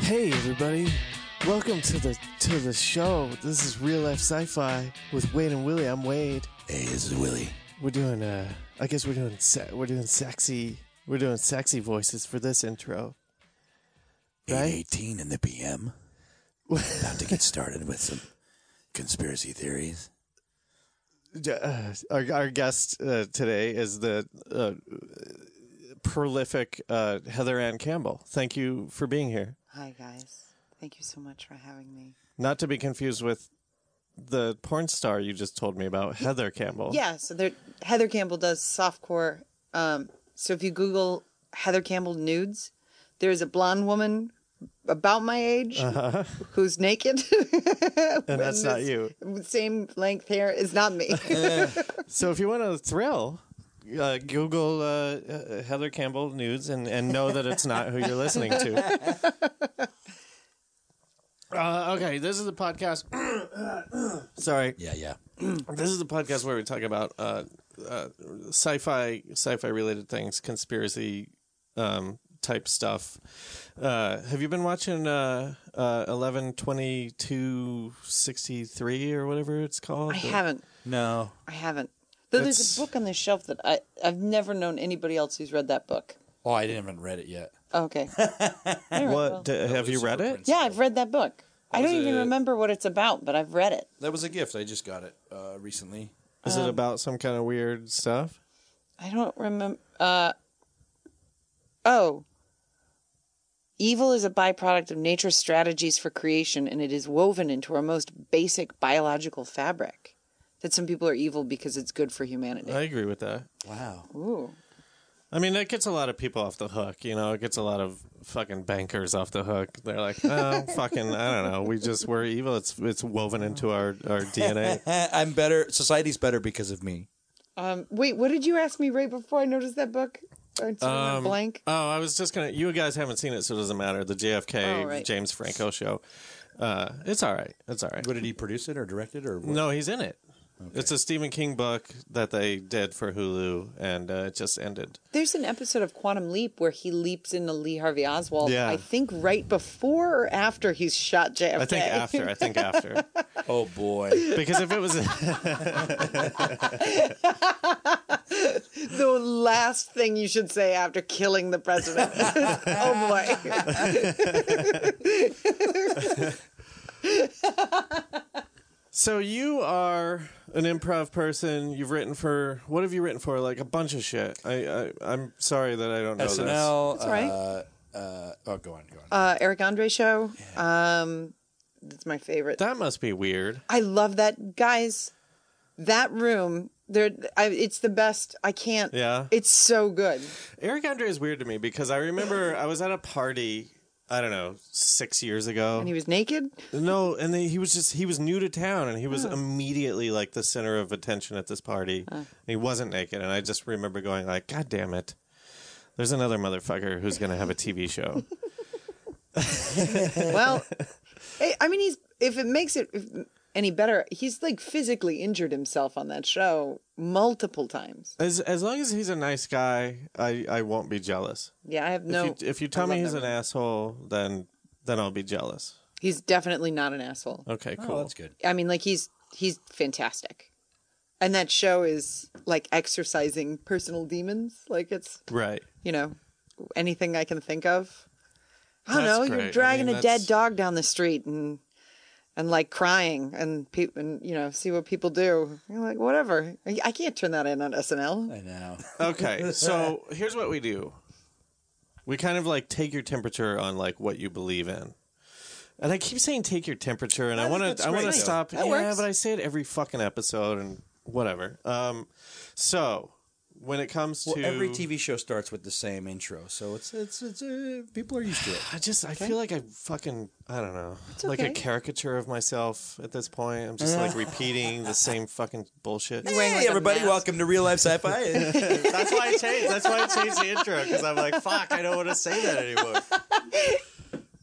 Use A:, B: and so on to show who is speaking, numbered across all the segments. A: Hey everybody, welcome to the to the show. This is Real Life Sci-Fi with Wade and Willie. I'm Wade.
B: Hey, this is Willie.
A: We're doing uh, I guess we're doing se- we're doing sexy we're doing sexy voices for this intro. Right?
B: 818 in the PM. About to get started with some conspiracy theories.
A: Uh, our our guest uh, today is the uh, prolific uh, Heather Ann Campbell. Thank you for being here.
C: Hi, guys. Thank you so much for having me.
A: Not to be confused with the porn star you just told me about, Heather Campbell.
C: Yeah, so there, Heather Campbell does softcore. Um, so if you Google Heather Campbell nudes, there's a blonde woman about my age who's naked.
A: Uh-huh. and that's not you.
C: Same length hair. It's not me.
A: So if you want a thrill, uh, Google uh, uh, Heather Campbell nudes and, and know that it's not who you're listening to. Uh, okay, this is the podcast. Sorry,
B: Yeah, yeah.
A: this is the podcast where we talk about uh, uh, sci-fi, sci-fi related things, conspiracy um, type stuff. Uh, have you been watching uh, uh, eleven twenty two sixty three or whatever it's called?
C: I haven't.
B: No.
C: I haven't. Though
A: It's-
C: there's a book on the shelf that I, I've never known anybody else who's read that book.
B: Oh, I didn't even read it yet.
C: Okay.
A: What d- have you read it?
C: Uh, Yeah, I've read that book. I don't
B: was
C: even
B: it?
C: remember what it's about, but I've read it.
B: That was a gift. I just got it uh, recently.
A: Is it about some kind of weird stuff?
C: I don't remember. Uh, oh. Evil is a byproduct of nature's strategies for creation, and it is woven into our most basic biological fabric. That some people are evil because it's good for humanity.
A: I agree with that.
B: Wow.
C: Ooh.
A: I mean, that gets a lot of people off the hook. You know, it gets a lot of fucking bankers off the hook. They're like, oh, fucking, I don't know. We just we're evil. It's it's woven into our our DNA.
B: Eh, I'm better. Society's better because of me.
C: Um, wait, what did you ask me right before I noticed that book? Or it's on a blank.
A: Oh, I was just gonna. You guys haven't seen it, so it doesn't matter. The JFK
C: Oh, right.
A: James Franco show. Uh, it's all right. It's all right.
B: What, did he produce it or direct it or what?
A: No, he's in it. It's a Stephen King book that they did for Hulu, and uh, it just ended.
C: There's an episode of Quantum Leap where he leaps into Lee Harvey Oswald.
A: Yeah.
C: I think right before or after he's shot JFK.
A: I think after. I think after.
B: Oh, boy.
A: Because if it was.
C: the last thing you should say after killing the president. oh boy.
A: So you are an improv person. You've written for what have you written for? Like a bunch of shit. I, I I'm sorry that I don't know this.
B: SNL.
C: all right.
B: Uh, uh, oh, go on, go on.
C: Uh, Eric Andre show. Um, that's my favorite.
A: That must be weird.
C: I love that, guys. That room, there. I, it's the best. I can't.
A: Yeah.
C: It's so good.
A: Eric Andre is weird to me because I remember I was at a party. I don't know, six years ago.
C: And he was naked.
A: no, and they, he was just, he was new to town and he was immediately like the center of attention at this party. And he wasn't naked. And I just remember going like, God damn it. There's another motherfucker who's going to have a TV show.
C: Well, I I mean, he's if it makes it if, any better, he's like physically injured himself on that show multiple times.
A: as, as long as he's a nice guy, I, I won't be jealous.
C: Yeah, I have no.
A: if you, if you tell me
C: love
A: he's
C: that
A: an asshole, then then I'll be jealous.
C: he's definitely not an asshole.
A: Okay, cool.
B: Oh, that's good.
C: I mean, like he's he's fantastic. And that show is like exercising personal demons. Like it's,
A: Right.
C: you know, anything I can think of. I
A: That's
C: don't know.
A: great. I
C: You're dragging
A: mean,
C: a dead
A: that's-
C: dog down the street and and like crying and people and you know see what people do. You're like whatever. I I can't turn that in on SNL.
B: I know.
A: Okay. So here's what we do. We kind of like take your temperature on like what you believe in. And I keep saying take your temperature and I want to I want to stop.
C: That
A: yeah,
C: works.
A: but I say it every fucking episode and whatever. Um so when it comes
B: Well,
A: to
B: every TV show starts with the same intro, so it's it's it's uh, people are used to it.
A: I just I feel like I fucking I don't know. Like a
C: okay. Uh.
A: caricature of myself at this point. I'm just like repeating the same fucking bullshit.
C: You're wearing, like, a mask.
B: to Real Life Sci-Fi.
A: That's why I changed. That's why I changed the intro because I'm like, fuck, I don't want to say that anymore.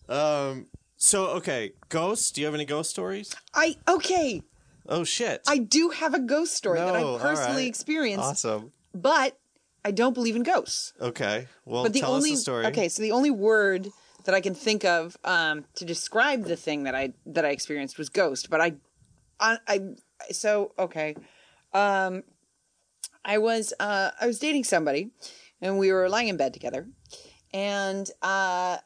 A: Um. So okay, ghosts. Do you have any ghost stories?
C: I okay.
A: Oh shit.
C: I do have a ghost story that
A: No, all
C: I personally
A: right.
C: experienced,
A: awesome.
C: but I don't believe in ghosts.
A: Okay. Well,
C: But the
A: tell
C: only
A: us the story.
C: okay, so the only word that I can think of um, to describe the thing that I that I experienced was ghost. But I, I, I so okay, um, I was uh, I was dating somebody, and we were lying in bed together, and uh,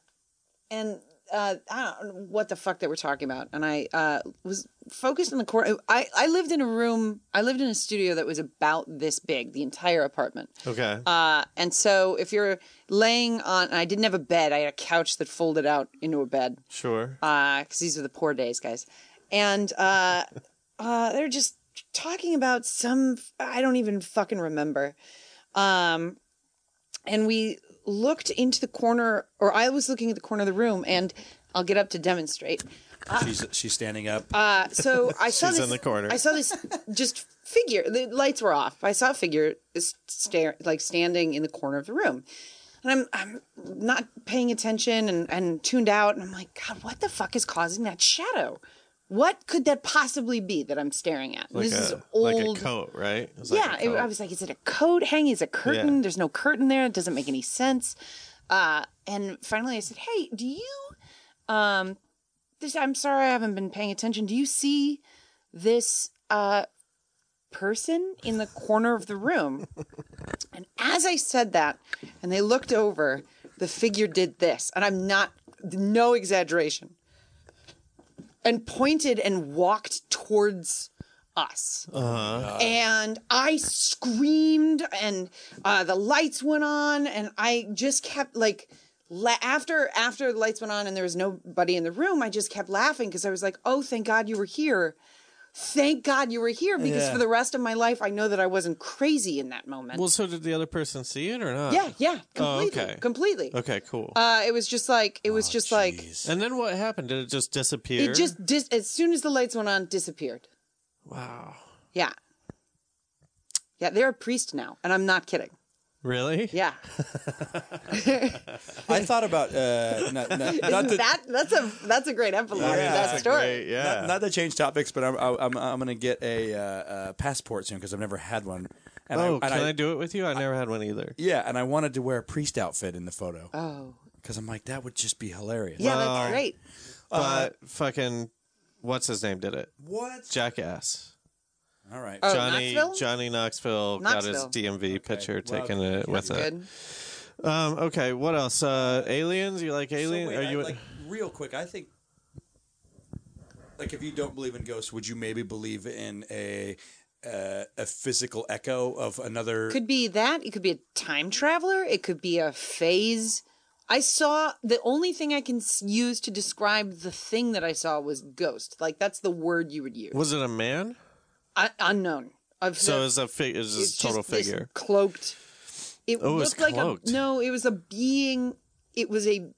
C: and uh, I don't know what the fuck they were talking about, and I uh, was focused on the corner. I I lived in a room. I lived in a studio that was about this big, the entire apartment.
A: Okay.
C: Uh, and so if you're laying on, and I didn't have a bed, I had a couch that folded out into a bed
A: sure.
C: because these are the poor days, guys. And uh, uh, they're just talking about some, I don't even fucking remember. Um, and we looked into the corner, or I was looking at the corner of the room, and I'll get up to demonstrate.
B: she's she's standing up.
C: Uh, so I saw
A: She's
C: this,
A: in the corner.
C: I saw this just figure. The lights were off. I saw a figure s- stare, like standing in the corner of the room, and I'm I'm not paying attention and and tuned out, and I'm like, God, what the fuck is causing that shadow? What could that possibly be that I'm staring at? And
A: Like
C: this is
A: a,
C: old.
A: like a coat, right? It was like
C: yeah,
A: a
C: it-
A: coat.
C: I was like, is it a coat hanging? Is it a curtain?
A: Yeah.
C: There's no curtain there. It doesn't make any sense. Uh, and finally, I said, Hey, do you? Um, this, I'm sorry, I haven't been paying attention. Do you see this uh, person in the corner of the room? and as I said that, and they looked over, the figure did this, and I'm not, no exaggeration, and pointed and walked towards us and I screamed, and uh, the lights went on, and I just kept like la- after after the lights went on, and there was nobody in the room. I just kept laughing because I was like, "Oh, thank God you were here! Thank God you were here!" Because for the rest of my life, I know that I wasn't crazy in that moment.
A: Well, so did the other person see it or not?
C: yeah, yeah,
A: Oh,
C: completely,
A: okay.
C: completely.
A: Okay. Oh, Cool.
C: Uh, it was just like it was just like
A: and then what happened? Did it just disappear?
C: it just dis- as soon as the lights went on, disappeared.
A: Wow.
C: Yeah, yeah, they're a priest now, and I'm not kidding.
A: Really?
C: Yeah.
B: I thought about uh, not, not, not to,
C: that that's a that's a great epilogue to that
A: That's a
C: story.
A: great- yeah.
B: not, not to change topics, but I'm I- I'm, I'm gonna get a uh, uh, passport soon because I've never had one. And
A: oh,
B: and
A: can I, do it with you? I never had one either.
B: Yeah, and I wanted to wear a priest outfit in the photo
C: Oh,
B: because I'm like that would just be hilarious.
C: yeah, that's great. Uh,
A: But fucking, what's his name? Did it?
B: What?
A: Jackass.
B: All right.
C: Oh,
A: Johnny
C: Knoxville?
A: Johnny Knoxville,
C: Knoxville.
A: got his DMV picture taken uh, with it.
C: Good.
A: Um, okay, what else? Uh, aliens? You like aliens?
B: So wait,
A: Are
B: I-
A: you?
B: like real quick? I think like if you don't believe in ghosts, would you maybe believe in a uh, a physical echo of another?
C: Could be that. It could be a time traveler. It could be a phase. I saw the only thing I can s- use to describe the thing that I saw was ghost. Like that's the word you would use.
A: was it a man?
C: I, unknown. I've
A: So it's a fi- it's
C: it's
A: a total
C: just this
A: figure.
C: cloaked. It
A: Oh, it's
C: looked like
A: cloaked.
C: a no. It was a being. It was a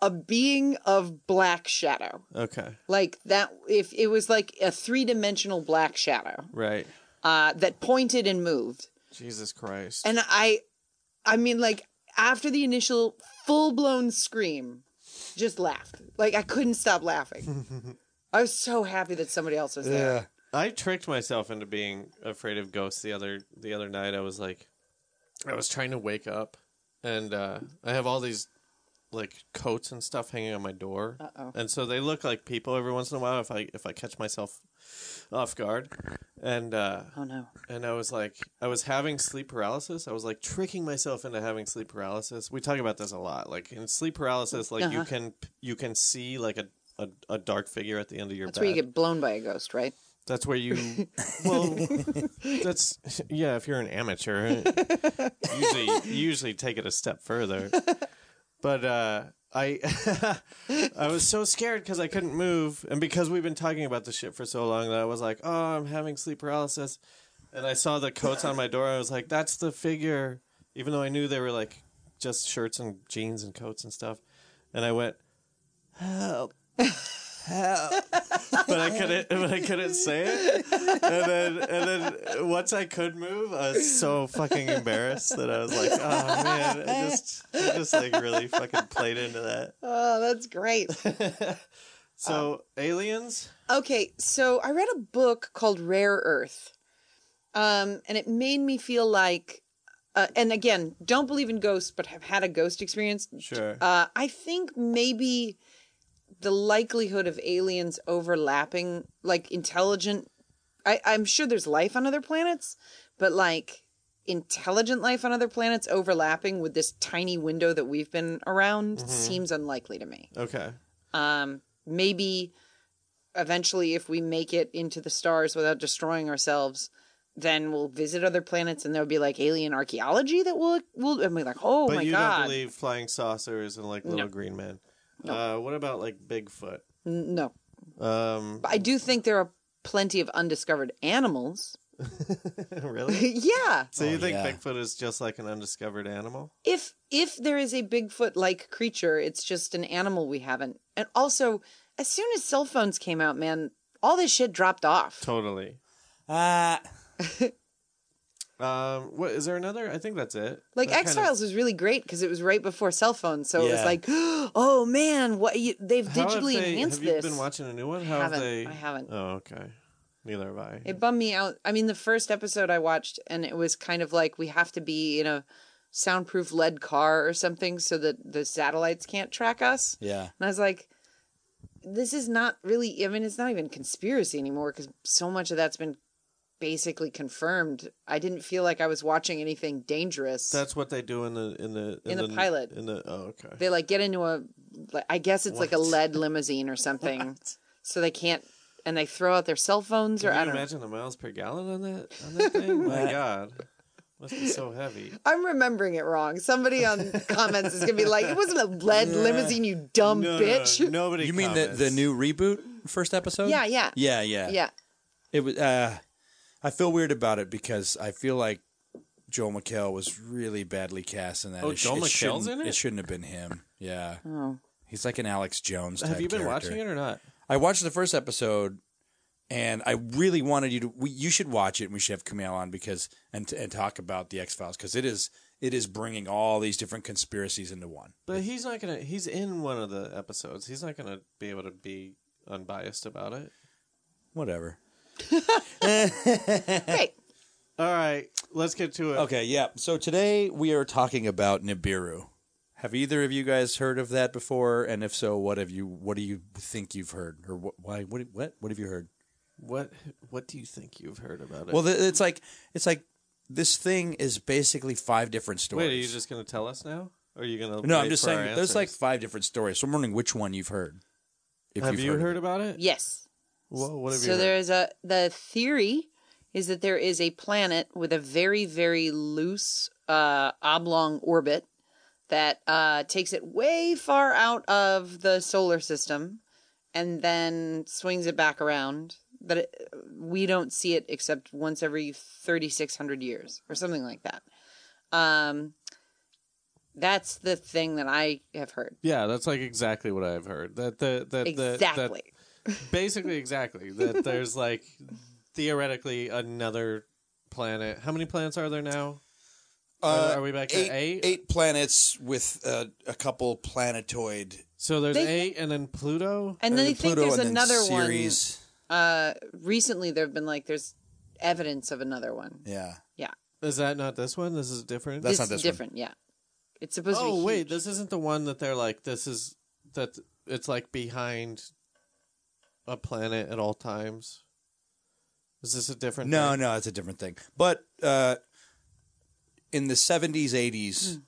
C: a being of black shadow.
A: Okay,
C: like that if it was like a three-dimensional black shadow
A: right.
C: uh, that pointed and moved
A: Jesus Christ.
C: and i i mean like after the initial full-blown scream just laughed like i couldn't stop laughing i was so happy that somebody else was there
A: I tricked myself into being afraid of ghosts the other the other night. I was like, I was trying to wake up, and uh, I have all these like coats and stuff hanging on my door,
C: Uh-oh.
A: and so they look like people every once in a while. If I if I catch myself off guard, and uh,
C: Oh no.
A: and I was like, I was having sleep paralysis. I was like tricking myself into having sleep paralysis. We talk about this a lot. Like in sleep paralysis, like you
C: Uh-huh.
A: can you can see like a, a, a dark figure at the end of your
C: That's
A: bed.
C: where you get blown by a ghost, right?
A: That's where you. Well, that's yeah. If you're an amateur, usually usually take it a step further. But uh, I I was so scared because I couldn't move, and because we've been talking about this shit for so long that I was like, oh, I'm having sleep paralysis, and I saw the coats on my door. I was like, that's the figure, even though I knew they were like just shirts and jeans and coats and stuff, and I went help. Help. but I couldn't but I couldn't say it. And then and then once I could move, I was so fucking embarrassed that I was like, oh man, I just I just like really fucking played into that.
C: Oh, that's great.
A: So aliens?
C: Okay, so I read a book called Rare Earth, um, and it made me feel like, uh, and again, don't believe in ghosts, but have had a ghost experience.
A: Sure.
C: Uh, I think maybe the likelihood of aliens overlapping, like intelligent, I, I'm sure there's life on other planets, but like intelligent life on other planets overlapping with this tiny window that we've been around seems unlikely to me
A: Okay.
C: um, maybe eventually if we make it into the stars without destroying ourselves then we'll visit other planets and there'll be like alien archaeology that will will and we're like oh
A: but
C: my
A: you
C: god
A: don't believe flying saucers and like little
C: No.
A: green men. Uh, what about like Bigfoot?
C: N- no
A: Um,
C: but i do think there are plenty of undiscovered animals
A: really?
C: yeah
A: So you think
D: yeah.
A: Bigfoot is just like an undiscovered animal?
C: if if there is a bigfoot like creature it's just an animal we haven't and also as soon as cell phones came out man all this shit dropped off
A: Totally.
B: Ah,
A: Um, what is there another? I think that's it.
C: Like
A: That kind
C: X
A: of-
C: Files was really great because it was right before cell phones, so it was
B: Yeah.
C: like, oh man, what you, they've
A: How have
C: digitally
A: they-
C: enhanced
A: have you
C: this.
A: been watching a new one?
C: I
A: How
C: haven't.
A: Have they...
C: I haven't.
A: Oh, okay. Neither have I.
C: It bummed me out. I mean, the first episode I watched, and it was kind of like we have to be in a soundproof lead car or something so that the satellites can't track us.
D: Yeah.
C: And I was like, this is not really, I mean, it's not even conspiracy anymore because so much of that's been basically confirmed. I didn't feel like I was watching anything dangerous.
A: That's what they do in the in the
C: In the pilot.
A: In the oh, okay.
C: they like get into a like, i guess it's like a lead limousine or something so they can't and they throw out their cell phones or
A: Can
C: i
A: you
C: don't know
A: imagine the miles per gallon on that on that thing? My God, must be so heavy.
C: i'm remembering it wrong somebody on comments is gonna be like it wasn't a lead limousine you dumb
A: No, no, no,
C: Um, bitch
A: nobody.
B: you mean the, the
A: comments.
B: new reboot first episode?
C: Yeah, yeah.
B: yeah, yeah,
C: yeah
B: It was. Uh, I feel weird about it because I feel like Joel McHale was really badly cast in that.
A: Oh,
B: it, sh-
A: Joel
B: it
A: McHale's
B: shouldn't-
A: in it?
B: It shouldn't have been him. Yeah,
C: oh
B: he's like an Alex Jones.
A: Have
B: type
A: you been
B: character.
A: watching it or not?
B: I watched the first episode, and I really wanted you to. We, you should watch it, and we should have Camille on because and and talk about the X Files because it is it is bringing all these different conspiracies into one.
A: But he's not gonna. He's in one of the episodes. He's not gonna be able to be unbiased about it.
B: Whatever.
C: great
A: All right, let's get to it.
B: Okay, yeah. So today we are talking about Nibiru. Have either of you guys heard of that before? And if so, what have you? What do you think you've heard, or what? Why? What? What? What have you heard?
A: What What do you think you've heard about it?
B: Well, th- it's like it's like this thing is basically five different stories.
A: wait, are you just gonna tell us now? Or are you gonna?
B: no, I'm
A: wait
B: just
A: for our
B: saying there's like
A: answers?
B: five different stories. So I'm wondering which one you've heard. If
A: Have you heard,
B: of it.
A: about it?
C: yes
A: Whoa, what have
C: so
A: you heard?
C: there's a the theory is that there is a planet with a very very loose uh, oblong orbit that uh, takes it way far out of the solar system and then swings it back around but it, we don't see it except once every 3600 years or something like that um, that's the thing that i have heard
A: Yeah, that's like exactly what I've heard. That the that that, that
C: exactly
A: basically exactly that there's like theoretically another planet. How many planets are there now?
B: Uh,
A: are we back
B: eight,
A: to eight?
B: eight planets with uh, a couple planetoid,
A: So there's
C: They-
A: eight, and then Pluto.
C: and then
B: and
C: i think
B: Pluto,
C: there's
B: and then
C: another one
B: Ceres.
C: uh recently there have been like there's evidence of another one
B: Yeah,
A: Is that not this one? This is different.
C: This
B: That's not
C: is
B: this one.
C: different yeah It's supposed to be.
A: Oh wait,
C: huge.
A: this isn't the one that they're like. This is that it's like behind a planet at all times. Is this a different?
B: No,
A: thing?
B: no, it's a different thing. But uh, in the 70s,
A: Hmm.
B: 80s,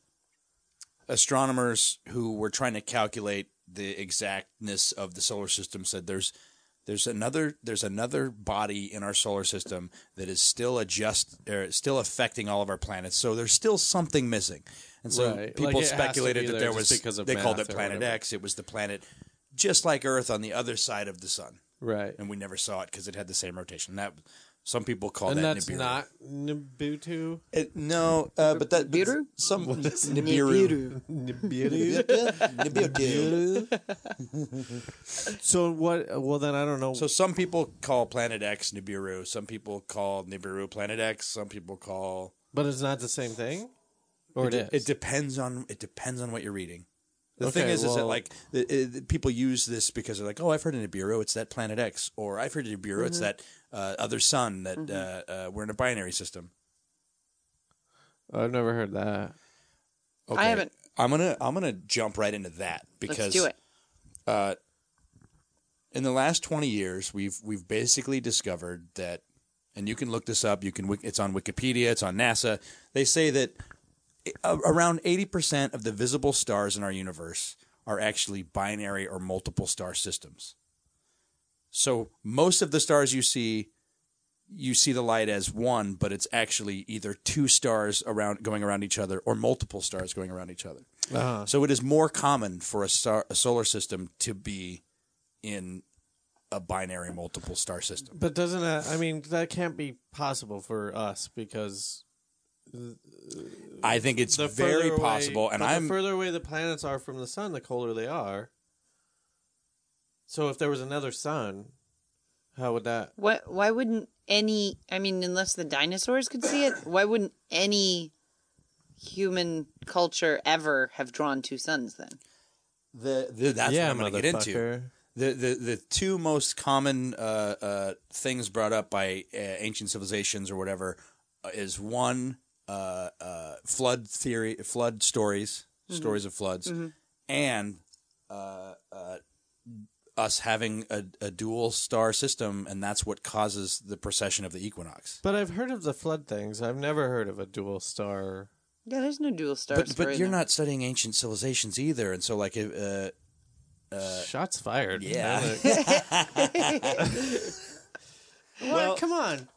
B: astronomers who were trying to calculate the exactness of the solar system said there's there's another there's another body in our solar system that is still adjust er, still affecting all of our planets. So there's still something missing. And so
A: Right. Like,
B: people
A: it has to
B: speculated
A: be
B: that
A: there
B: there was
A: just because of
B: they called it
A: math or
B: planet
A: whatever.
B: X. It was the planet just like Earth on the other side of the sun
A: right.
B: and we never saw it because it had the same rotation. That some people call
A: And
B: that
A: that's
B: Nibiru.
A: not Nibutu.
B: It- no, uh, but that but
C: Nibiru?
B: some Nibiru.
C: Nibiru.
A: Nibiru. so what? Well, then I don't know.
B: So some people call Planet X Nibiru. Some people call Nibiru Planet X. Some people call.
A: but it's not the same thing, or it is.
B: It depends on it depends on what you're reading. The
A: Okay,
B: thing is, is that
A: well-
B: like the, uh, the people use this because they're like, oh, I've heard of Nibiru, it's that Planet X, or I've heard of Nibiru, it's
A: Mm-hmm.
B: that uh, other sun that uh, uh, we're in a binary system.
A: I've never heard that.
B: Okay.
C: haven't-
B: I'm gonna I'm gonna jump right into that because
C: Let's do it.
B: uh, in the last 20 years we've we've basically discovered that and you can look this up you can wik- it's on wikipedia it's on nasa they say that a- around 80% of the visible stars in our universe are actually binary or multiple star systems so most of the stars you see you see the light as one but it's actually either two stars around going around each other or multiple stars going around each other
A: Uh-huh.
B: so it is more common for a, star, a solar system to be in a binary multiple star system.
A: But doesn't that? I mean, that can't be possible for us because
B: I think it's
A: the
B: very
A: further away-
B: possible, and
A: but
B: I'm
A: the further away the planets are from the sun, the colder they are. So if there was another sun, how would that?
C: What? Why wouldn't any? I mean, unless the dinosaurs could see it, why wouldn't any human culture ever have drawn two suns? Then
B: the, the that's
A: yeah,
B: what I'm going to get into.
A: motherfucker.
B: The, the the two most common uh, uh, things brought up by uh, ancient civilizations or whatever uh, is one uh, uh, flood theory, flood stories, stories of floods, and uh, uh, us having a, a dual star system, and that's what causes the precession of the equinox.
A: But I've heard of the flood things. I've never heard of a dual star.
C: yeah, there's no dual stars.
B: But,
C: for
B: but
C: it
B: you're
C: now.
B: not studying ancient civilizations either, and so like uh,
A: Shots fired.
B: yeah.
A: What? Come on.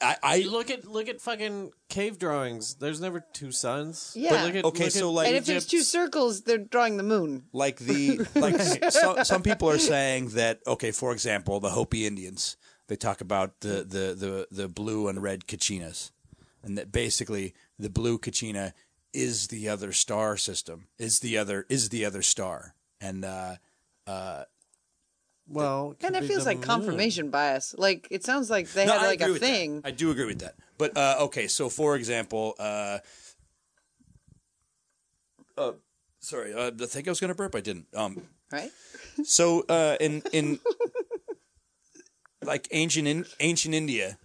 B: I, I
A: Look at look at fucking cave drawings. There's never two suns.
C: Yeah.
A: But look at,
B: okay,
A: look
B: so
A: at
B: like
C: And if there's two circles, they're drawing the moon.
B: like the like s- so, some people are saying that okay for example the hopi indians they talk about the the the, the blue and red kachinas and that basically the blue kachina is the other star system is the other is the other star and uh
A: well,
C: Kind of feels like confirmation bias. Like it sounds like they
B: No,
C: had
B: I
C: like
B: agree
C: a
B: with that.
C: thing.
B: I do agree with that. But uh, okay, so for example, uh, uh, sorry, uh, I think I was going to burp. I didn't. Um,
C: Right?
B: so uh, in in like ancient in, ancient India,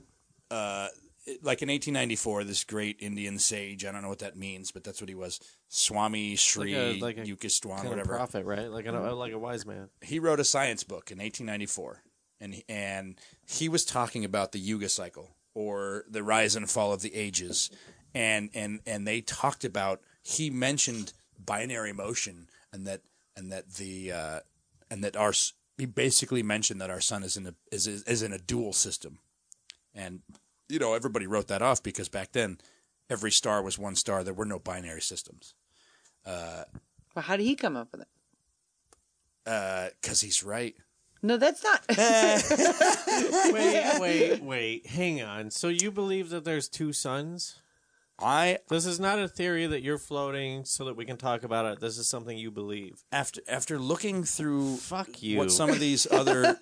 B: uh, it- like in 1894, this great Indian sage. I don't know what that means, but that's what he was. Swami Sri
A: Like a- like a
B: Yukiswan,
A: Kind of
B: whatever
A: prophet, right? Like a, like a wise man.
B: he wrote a science book in 1894 and and he was talking about the yuga cycle or the rise and fall of the ages and and and they talked about he mentioned binary motion and that and that the uh, and that our s- he basically mentioned that our sun is in a is is is in a dual system and you know everybody wrote that off because back then every star was one star there were no binary systems
C: Well, how did he come up with it?
B: because Uh, he's right
C: No, that's not.
B: Eh.
A: wait, wait, wait. Hang on. So you believe that there's two suns?
B: I
A: This is not a theory that you're floating so that we can talk about it. This is something you believe.
B: after after looking through
A: Fuck you.
B: what some of these other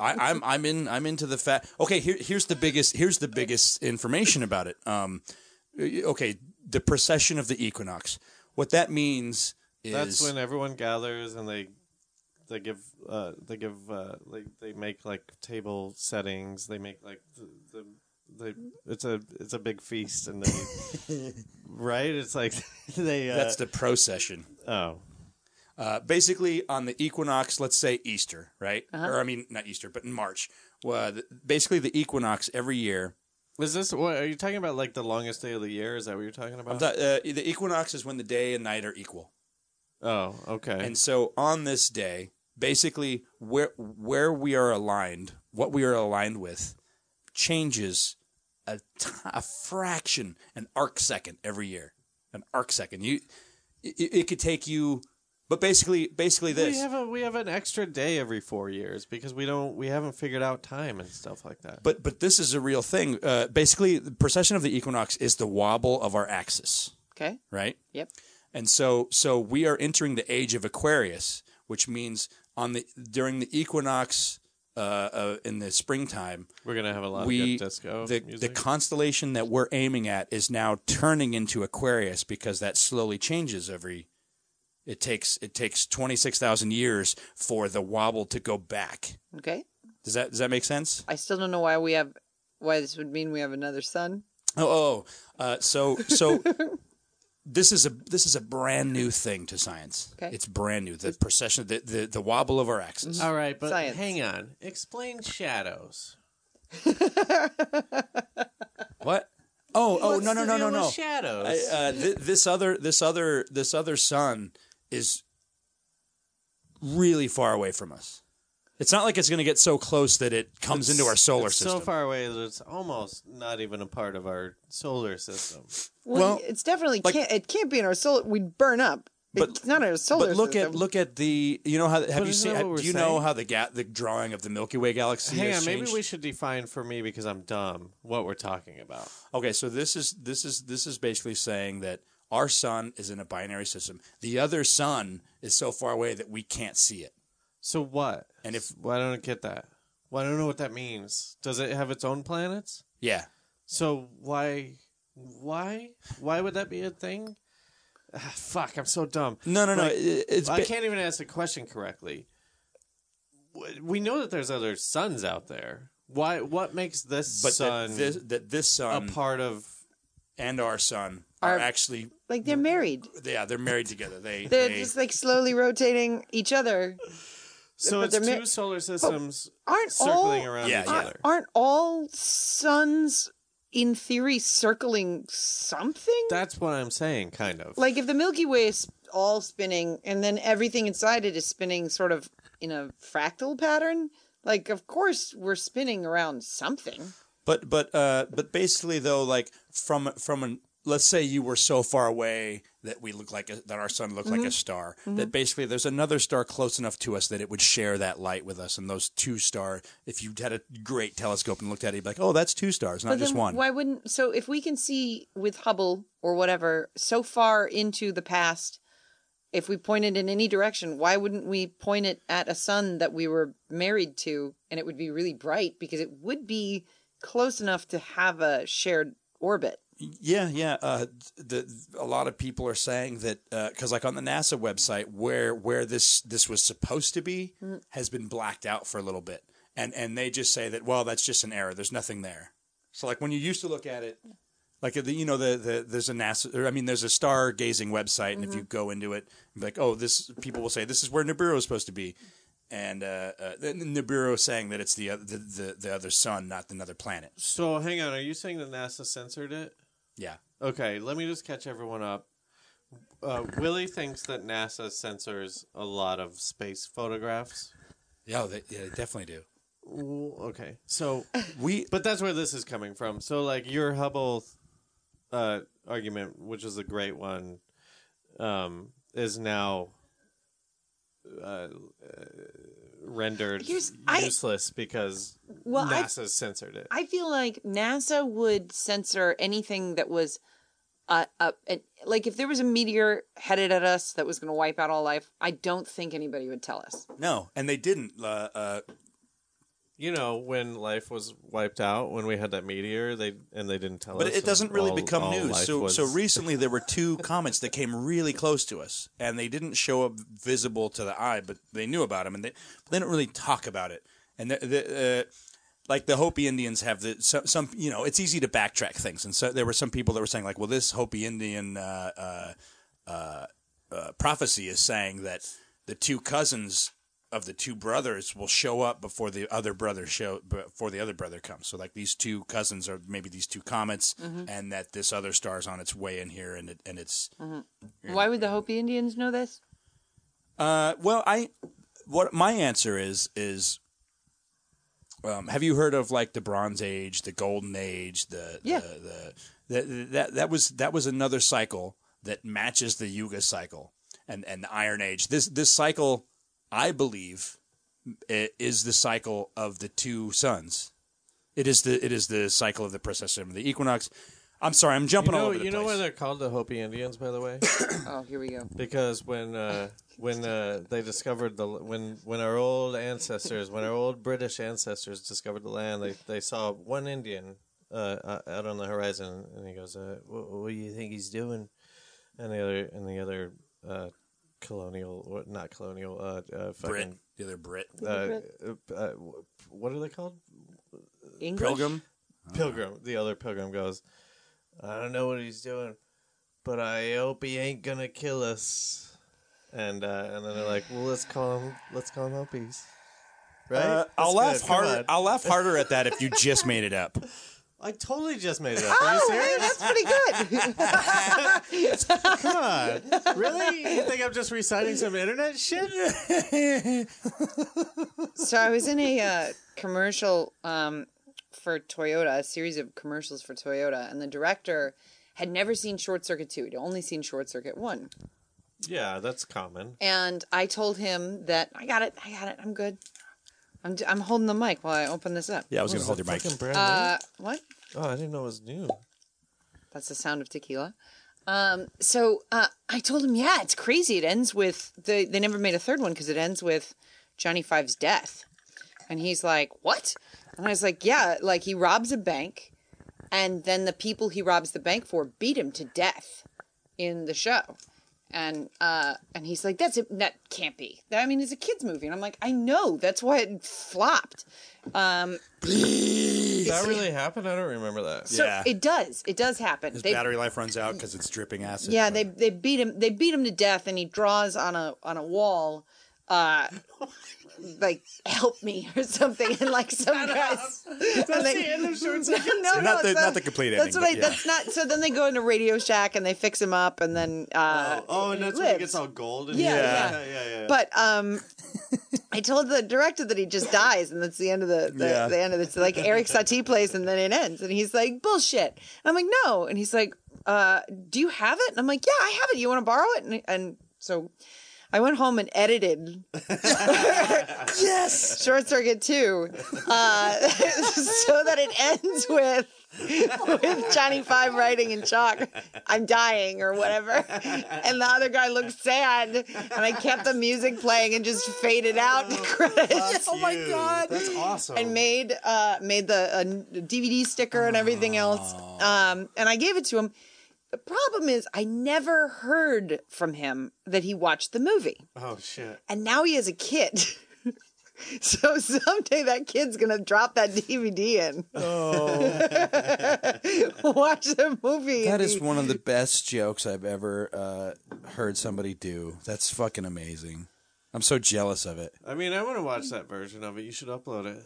B: I, I'm I'm in I'm into the fact okay here, here's the biggest here's the biggest information about it um okay the precession of the equinox what that means is
A: That's when everyone gathers and they they give uh, they give uh, like they make like table settings. They make like the, the they it's a it's a big feast and they right it's like they uh,
B: That's the procession.
A: oh
B: Uh, basically, on the equinox, let's say Easter, right?
A: Uh-huh.
B: Or I mean, not Easter, but in March. Well, the, basically, the equinox every year.
A: is this what are you talking about like the longest day of the year is that what you're talking about
B: The, uh, the equinox is when the day and night are equal.
A: oh okay
B: And so on this day, basically where where we are aligned, what we are aligned with, changes a t- a fraction, an arc second every year, an arc second. You, it, it could take you, but basically, basically
A: we
B: this.
A: have a we have an extra day every four years because we don't we haven't figured out time and stuff like that
B: but but this is a real thing. Uh, basically, the precession of the equinox is the wobble of our axis,
C: Okay.
B: right?
C: Yep.
B: And so so we are entering the age of Aquarius, which means on the during the equinox uh, uh, in the springtime,
A: we're gonna have a lot
B: we
A: of good disco
B: the, the
A: music.
B: constellation that we're aiming at is now turning into Aquarius because that slowly changes every. It takes it takes twenty six thousand years for the wobble to go back.
C: Okay.
B: Does that does that make sense?
C: I still don't know why we have why this would mean we have another son.
B: Oh, oh. Uh, so so this is a this is a brand new thing to science.
C: Okay.
B: It's brand new. The precession, the the, the wobble of our axis.
A: all right but
C: Science.
A: hang on explain shadows
B: What? Oh, oh, no,
A: the
B: no, no, no,
A: deal with
B: no.
A: shadows
B: I, uh, th- this other this other this other sun is really far away from us. It's not like it's going to get so close that it comes into our solar
A: It's
B: system.
A: so far away that it's almost not even a part of our solar system
C: Well,
B: Well,
C: it's definitely
B: like-
C: can't it can't be in our solar. We'd burn up.
B: But-
C: it's not in our solar.
B: but look at
C: system.
B: look at the you know how have you
A: isn't
B: seen
A: that what
B: do
A: we're
B: you know
A: saying?
B: how the ga- the drawing of the Milky Way galaxy
A: Hang
B: has
A: on, maybe
B: changed?
A: we should define for me because I'm dumb what we're talking about.
B: Okay, so this is this is this is basically saying that our sun is in a binary system. The other sun is so far away that we can't see it.
A: So what?
B: And if-
A: well, I don't get that. Well, I don't know what that means. Does it have its own planets?
B: Yeah.
A: So why, why, why would that be a thing? Ah, fuck, I'm so dumb.
B: No, no, no.
A: Like,
B: it- it's
A: I
B: ba-
A: can't even ask the question correctly. W- We know that there's other suns out there. Why? What makes this
B: but
A: sun
B: that this that this
A: a
B: sun
A: part of?
B: and our sun are,
C: Are-
B: actually
C: like they're married.
B: yeah they're married together. They
C: They're
B: they-
C: just like slowly rotating each other.
A: So
C: But
A: it's
C: they're
A: two
C: ma-
A: solar systems
C: Aren't
A: circling
C: all
A: around
B: Yeah,
A: each
B: yeah.
A: other.
C: aren't all suns in theory circling something?
A: That's what I'm saying, kind of.
C: like if the Milky Way is all spinning and then everything inside it is spinning sort of in a fractal pattern, like of course we're spinning around something.
B: But but uh, but basically though, like from from an let's say you were so far away that we look like a, that our sun looked
C: Mm-hmm.
B: like a star. That basically there's another star close enough to us that it would share that light with us. And those two star, if you had a great telescope and looked at it, you'd be like, oh, that's two stars, not
C: But
B: just
C: then
B: one.
C: why wouldn't so if we can see with Hubble or whatever so far into the past if we point it in any direction, why wouldn't we point it at a sun that we were married to and it would be really bright because it would be close enough to have a shared orbit?
B: Yeah, yeah. Uh, the a lot of people are saying that because, like, on the NASA website, where where this this was supposed to be has been blacked out for a little bit, and and they just say that well, that's just an error. There's nothing there. So, like, when you used to look at it, like the you know the, the there's a NASA, or, I mean, there's a stargazing website, and if you go into it, you'd be like, oh, this people will say this is where Nibiru is supposed to be. And uh, uh, then Nibiru is saying that it's the, oth- the the the other sun, not another planet.
A: So hang on, are you saying that NASA censored it?
B: Yeah,
A: Okay, let me just catch everyone up. Uh, Willie thinks that NASA censors a lot of space photographs.
B: yeah, they, yeah, they definitely do.
A: Ooh, Okay, so
B: We
A: but that's where this is coming from. So like your Hubble uh, argument, which is a great one, um, is now uh, uh, rendered
C: Here's- I-
A: useless because
C: Well, I-
A: NASA censored it.
C: I feel like NASA would censor anything that was, uh, uh an- like if there was a meteor headed at us that was going to wipe out all life. I don't think anybody would tell us.
B: No, and they didn't. Uh, uh,
A: you know when life was wiped out when we had that meteor they and they didn't tell
B: but
A: us
B: it doesn't
A: and
B: really
A: all-
B: become
A: all
B: news.
A: life
B: So,
A: was-
B: so recently there were two comets that came really close to us, and they didn't show up visible to the eye, but they knew about them, and they they didn't really talk about it. And the, the, uh, like the Hopi Indians have the so, some you know it's easy to backtrack things, and so there were some people that were saying like, well, this Hopi Indian uh, uh, uh, uh, prophecy is saying that the two cousins of the two brothers will show up before the other brother show before the other brother comes. So like these two cousins are maybe these two comets, and that this other star is on its way in here, and it, and it's
C: Why would the Hopi Indians know this?
B: uh, well, I what my answer is is um, have you heard of like the Bronze Age, the Golden Age, the
C: Yeah.
B: the, the, the that that was that was another cycle that matches the Yuga cycle and and the Iron Age. This this cycle, I believe, i- is the cycle of the two suns. It is the it is the cycle of the precession of the equinox. I'm sorry, I'm jumping
A: You
B: all
A: know,
B: over the
A: you know
B: place.
A: why they're called the Hopi Indians, by the way?
C: Oh, here we go.
A: because when uh, when uh, they discovered the when when our old ancestors, when our old British ancestors discovered the land, they they saw one Indian uh, uh, out on the horizon, and he goes, uh, what, "What do you think he's doing?" And the other and the other uh, colonial, or not colonial, uh, uh,
B: Brit,
A: fucking,
B: the other Brit,
A: uh, uh, uh, what are they called?
C: English?
B: Pilgrim.
A: Pilgrim, the other pilgrim goes, I don't know what he's doing, but I hope he ain't gonna kill us. And uh, and then they're like, well, let's call him, let's call him Hopies, right?
B: Uh, I'll
A: That's
B: laugh
A: good, come
B: harder.
A: on.
B: I'll laugh harder at that if you just made it up.
A: I totally just made it up. Are you
C: Oh, hey,
A: serious?
C: that's pretty good.
A: Come on, really? You think I'm just reciting some internet shit?
C: so I was in a uh, commercial um, for Toyota, a series of commercials for Toyota, and the director had never seen Short Circuit 2. He'd only seen Short Circuit 1.
A: Yeah, that's common.
C: And I told him that I got it, I got it, I'm good. I'm, d- I'm holding the mic while I open this up.
B: Yeah, I was going to hold
A: Is
B: your
A: it
B: mic.
A: fucking brand new?
C: Uh, what?
A: oh, I didn't know it was new.
C: That's the sound of tequila. Um, so uh, I told him, yeah, it's crazy. It ends with they they never made a third one because it ends with Johnny Five's death, and he's like, what? And I was like, yeah, like he robs a bank, and then the people he robs the bank for beat him to death in the show. And uh, and he's like, that's it. That can't be. I mean, it's a kids movie, and I'm like, I know. That's why it flopped.
A: That really happened. I don't remember that.
C: So
B: Yeah.
C: it does. It does happen.
B: His
C: They-
B: battery life runs out because it's dripping acid.
C: Yeah, they they beat him. They beat him to death, and he draws on a on a wall, uh, like "Help me" or something, and like some guys. That's the end of short No, no,
B: Not the-
C: so-
B: not the complete
C: That's
B: ending,
C: what I.
B: but yeah.
C: That's not. So then they go into Radio Shack and they fix him up, and then uh,
E: Oh, and that's
C: he
E: when he
C: lives.
E: gets all gold. And
C: Yeah,
B: Yeah.
C: yeah.
E: yeah, yeah.
C: But um, I told the director that he just dies, and that's the end of the the,
B: Yeah.
C: the end of it's like Eric Satie plays, and then it ends, and he's like bullshit. And I'm like no, and he's like, uh, do you have it? And I'm like, yeah, I have it. You want to borrow it? And, and so. I went home and edited
B: yes.
C: Short Circuit 2 uh, so that it ends with with Johnny Five writing in chalk, I'm dying or whatever. And the other guy looked sad and I kept the music playing and just faded out the credits.
B: Oh my god.
E: That's awesome.
C: And made uh, made the uh, DVD sticker and everything else, um, and I gave it to him. The problem is, I never heard from him that he watched the movie
E: oh shit.
C: and now he has a kid. so someday that kid's gonna drop that DVD in. Oh. Watch the movie.
B: That
C: and
B: is
C: be-
B: one of the best jokes I've ever uh, heard somebody do. That's fucking amazing. I'm so jealous of it.
A: I mean, I want to watch that version of it. You should upload it.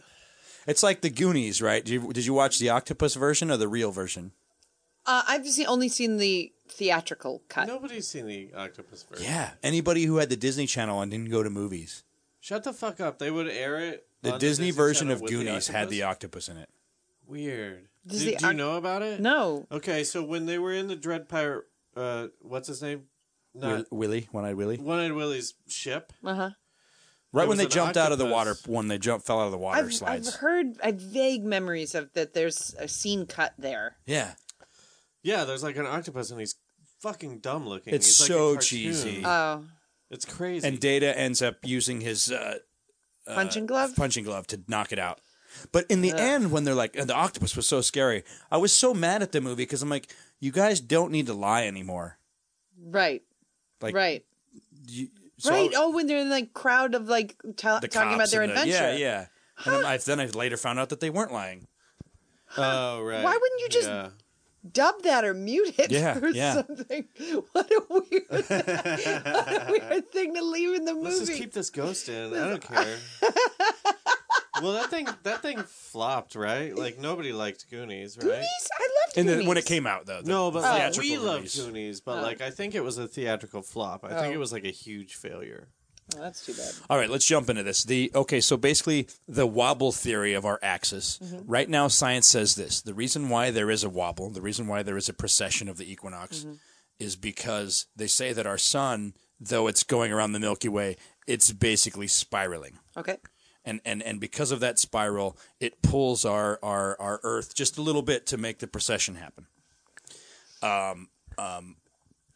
B: It's like the Goonies, right? Did you, did you watch the octopus version or the real version?
C: Uh, I've seen, only seen the theatrical cut.
A: Nobody's seen the octopus version.
B: Yeah. Anybody who had the Disney Channel and didn't go to movies,
A: Shut the fuck up. They would air it.
B: the
A: on
B: Disney, version
A: Channel
B: of
A: with the
B: Goonies had the
A: octopus?
B: octopus in it.
A: weird. Do,
C: Does the
A: do you
C: oc-
A: know about it?
C: No.
A: Okay, so when they were in the Dread Pirate, uh, what's his name?
B: Will,
A: Not
B: Willie, one-eyed Willie.
A: One Eyed Willie's ship.
C: Uh huh.
B: Right
A: There
B: when
A: was
B: they
A: an
B: jumped out of the water,
A: octopus.
B: when they jumped, fell out of the water
C: I've, I've
B: slides.
C: heard I've vague memories of that. There's a scene cut there.
B: yeah.
A: Yeah, there's like an octopus, and he's fucking dumb looking.
B: It's
A: He's like a
B: so
A: cartoon.
B: cheesy.
C: Oh,
A: It's crazy.
B: And Data ends up using his uh,
C: punching glove.
B: punching glove to knock it out. But in the end, when they're like, and the octopus was so scary, I was so mad at the movie because I'm like, you guys don't need to lie anymore.
C: right.
B: Like,
C: right.
B: You, so
C: right.
B: I-
C: oh, when they're in like crowd of like t-
B: the
C: talking about
B: cops
C: their
B: and the-
C: adventure.
B: yeah, yeah. And then I, then I later found out that they weren't lying.
A: Oh right.
C: Why wouldn't you just-
A: Yeah.
C: Dub that or mute it
B: Yeah,
C: or
B: yeah.
C: something. What a weird, what a weird thing to leave in the
A: Let's just
C: movie.
A: keep this ghost in. I don't care. well, that thing that thing flopped, right? Like nobody liked Goonies, right?
C: Goonies? I loved
B: And
C: Goonies.
B: then when it came out, though. the
A: No, but like,
B: theatrical
A: we love
B: release.
A: Goonies, but like I think it was a theatrical flop. I think
C: Oh.
A: it was like a huge failure.
C: Oh, that's too bad.
B: All right, let's jump into this. The okay, so basically the wobble theory of our axis. Right now science says this. The reason why there is a wobble, the reason why there is a precession of the equinox is because they say that our sun, though it's going around the Milky Way, it's basically spiraling.
C: Okay.
B: And and and because of that spiral, it pulls our our our earth just a little bit to make the precession happen. Um,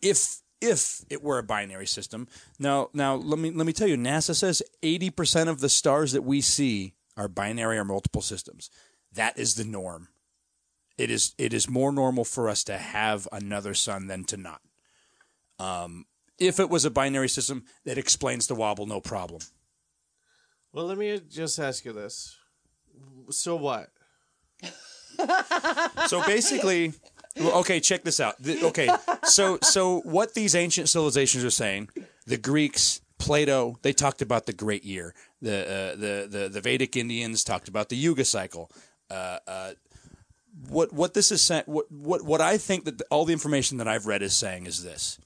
B: if if it were a binary system. Now now let me let me tell you, NASA says eighty percent of the stars that we see are binary or multiple systems. That is the norm. It is it is more normal for us to have another sun than to not. Um, if it was a binary system, that explains the wobble, no problem.
A: Well, let me just ask you this. So what?
B: so basically well, okay check this out The- okay so so what these ancient civilizations are saying the greeks plato they talked about the great year the uh, the, the the vedic indians talked about the yuga cycle uh, uh, what what this is saying what, what what i think that the- all the information that i've read is saying is this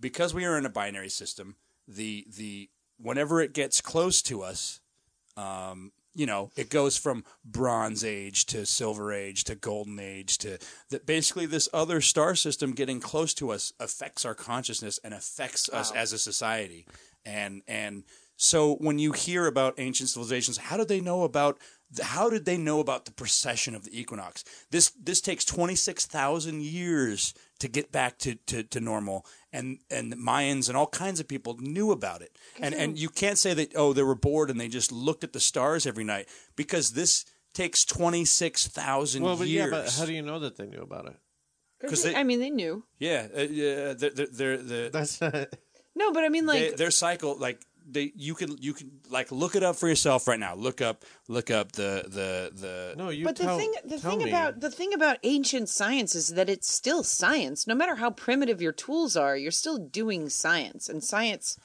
B: because we are in a binary system the the whenever it gets close to us you know, it goes from Bronze Age to Silver Age to Golden Age to that. Basically, this other star system getting close to us affects our consciousness and affects us as a society. And and so when you hear about ancient civilizations, how did they know about? How did they know about the precession of the equinox? This this takes twenty six thousand years to get back to, to, to normal, and and the Mayans and all kinds of people knew about it. And and you can't say that oh they were bored and they just looked at the stars every night because this takes twenty six thousand
A: Well, but
B: years.
A: yeah, but how do you know that they knew about it?
B: 'Cause they-
C: I mean, they knew.
B: yeah, uh, yeah, they're, they're, they're, they're-
A: That's not.
C: No, but I mean, like,
B: they, their cycle like they you can you can like look it up for yourself right now. Look up look up the the the
A: No, you.
C: but the
A: tell,
C: thing, the
A: tell
C: thing
A: me.
C: about the thing about ancient science is that it's still science. No matter how primitive your tools are, you're still doing science, and science.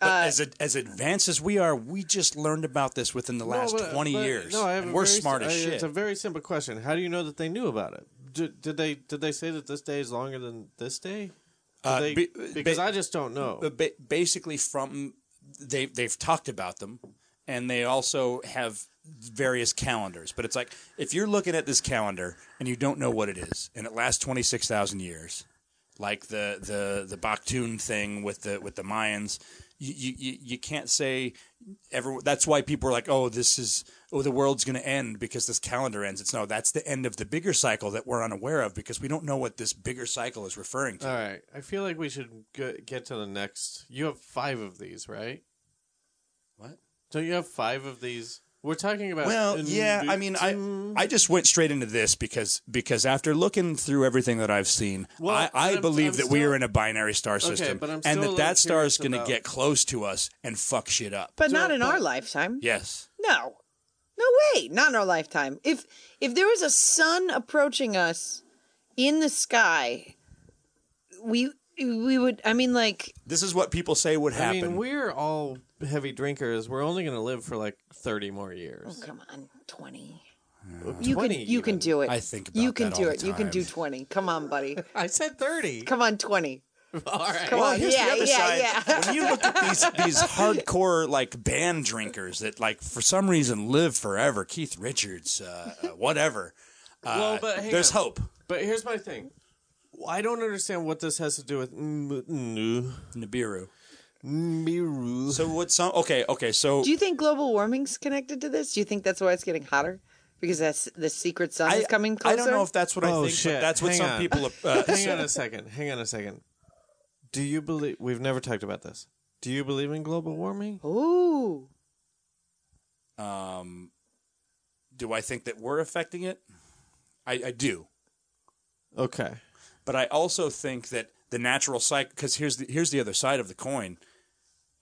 B: But as ad- as advanced as we are, we just learned about this within the last
A: No, but-
B: twenty
A: but-
B: years.
A: No, I have
B: and
A: a
B: we're
A: very-
B: smart as
A: I-
B: shit.
A: It's a very simple question. How do you know that they knew about it? Did, did they did they say that this day is longer than this day? Did
B: Uh,
A: they-
B: be-
A: because
B: ba-
A: I just don't know.
B: But ba- basically, from they they've talked about them, and they also have various calendars. But it's like if you're looking at this calendar and you don't know what it is, and it lasts twenty six thousand years, like the the the Bakhtun thing with the with the Mayans. You, you, you- you can't say everyone. That's why people are like, "Oh, this is oh, the world's going to end because this calendar ends." It's no, that's the end of the bigger cycle that we're unaware of because we don't know what this bigger cycle is referring to.
A: All right, I feel like we should go, get to the next. You have five of these, right?
B: What?
A: Don't you have five of these? We're talking about.
B: Well, yeah, I mean, I I just went straight into this because because after looking through everything that I've seen,
A: Well,
B: I, I
A: but I'm-
B: believe
A: I'm
B: that we
A: still-
B: are in a binary star system,
A: but I'm
B: and
A: still,
B: that
A: like,
B: that star is
A: curious
B: going to
A: about-
B: get close to us and fuck shit up.
C: But
A: So,
C: not in our
A: but-
C: lifetime.
B: yes,
C: No, no way, not in our lifetime. If if there was a sun approaching us in the sky, we we would. I mean, like,
B: this is what people say would
A: I
B: happen.
A: mean, we're all heavy drinkers. We're only going to live for like thirty more years.
C: come on, twenty. You can
A: 20
C: you can
A: even.
C: do it.
B: I think about
C: you can
B: that
C: do
B: all the
C: it. You can
B: time.
C: do twenty. Come on, buddy.
A: I said thirty.
C: Come on, twenty.
A: All right.
C: Come
B: well,
C: on.
B: here's
C: Yeah,
B: the other
C: yeah,
B: side.
C: yeah.
B: When you look at these these hardcore like band drinkers that like for some reason live forever, Keith Richards, uh, uh, whatever. Uh,
A: Well, Oh, but hang
B: there's
A: on.
B: hope.
A: But here's my thing. I don't understand what this has to do with Nibiru.
B: Nibiru.
A: Nibiru.
B: So what's some? Okay, okay. So
C: Do you think global warming's connected to this? Do you think that's why it's getting hotter? Because that's the secret sun is coming closer.
B: I don't know if that's what I
A: Oh,
B: think, but
A: shit.
B: that's what
A: Hang
B: some
A: on.
B: people. Uh,
A: Hang on a second. Hang on a second. Do you believe we've never talked about this? Do you believe in global warming?
C: Ooh,
B: um, do I think that we're affecting it? I, I do,
A: Okay.
B: but I also think that the natural cycle. Because here's the here's the other side of the coin.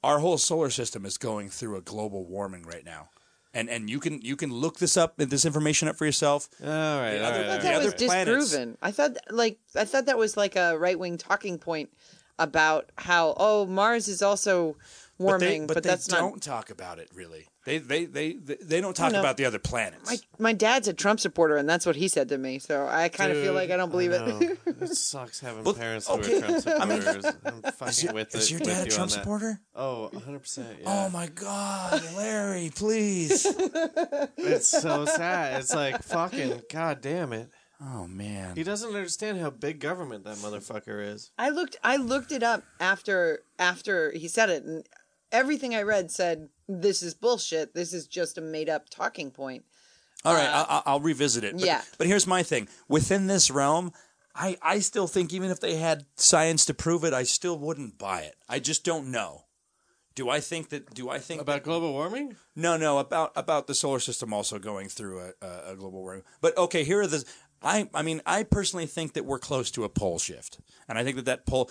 B: Our whole solar system is going through a global warming right now, and and you can you can look this up this information up for yourself.
A: All right, all right,
B: other-
A: all
C: I thought
A: right.
B: the
C: that was
B: other planets.
C: disproven. I thought like I thought that was like a right wing talking point about how oh Mars is also warming, but,
B: but they, but they
C: that's
B: don't
C: not.
B: talk about it really. They they they they, they don't talk
C: know.
B: about the other planets.
C: My, my dad's a Trump supporter, and that's what he said to me. So I kind of feel like I don't believe it.
A: know. it sucks having
B: Well,
A: parents
B: okay.
A: who are Trump
B: I mean-
A: supporters. I am fucking
B: is, your-
A: with
B: is
A: it-
B: your
A: with
B: dad a
A: you on
B: Trump
A: that.
B: supporter?
A: Oh, 100%. Yeah.
B: Oh my God, Larry, please.
A: It's so sad. It's like, fucking, god damn it.
B: oh man.
A: He doesn't understand how big government that motherfucker is.
C: I looked I looked it up after after he said it, and everything I read said this is bullshit. This is just a made up talking point.
B: All right, I- I, I'll revisit it. But,
C: yeah.
B: But here's my thing. Within this realm, I, I still think even if they had science to prove it, I still wouldn't buy it. I just don't know. Do I think that? Do I think
A: About
B: that,
A: global warming?
B: no, no about about the solar system also going through a, a, a global warming? But okay, here are the. I I mean, I personally think that we're close to a pole shift, and I think that that pole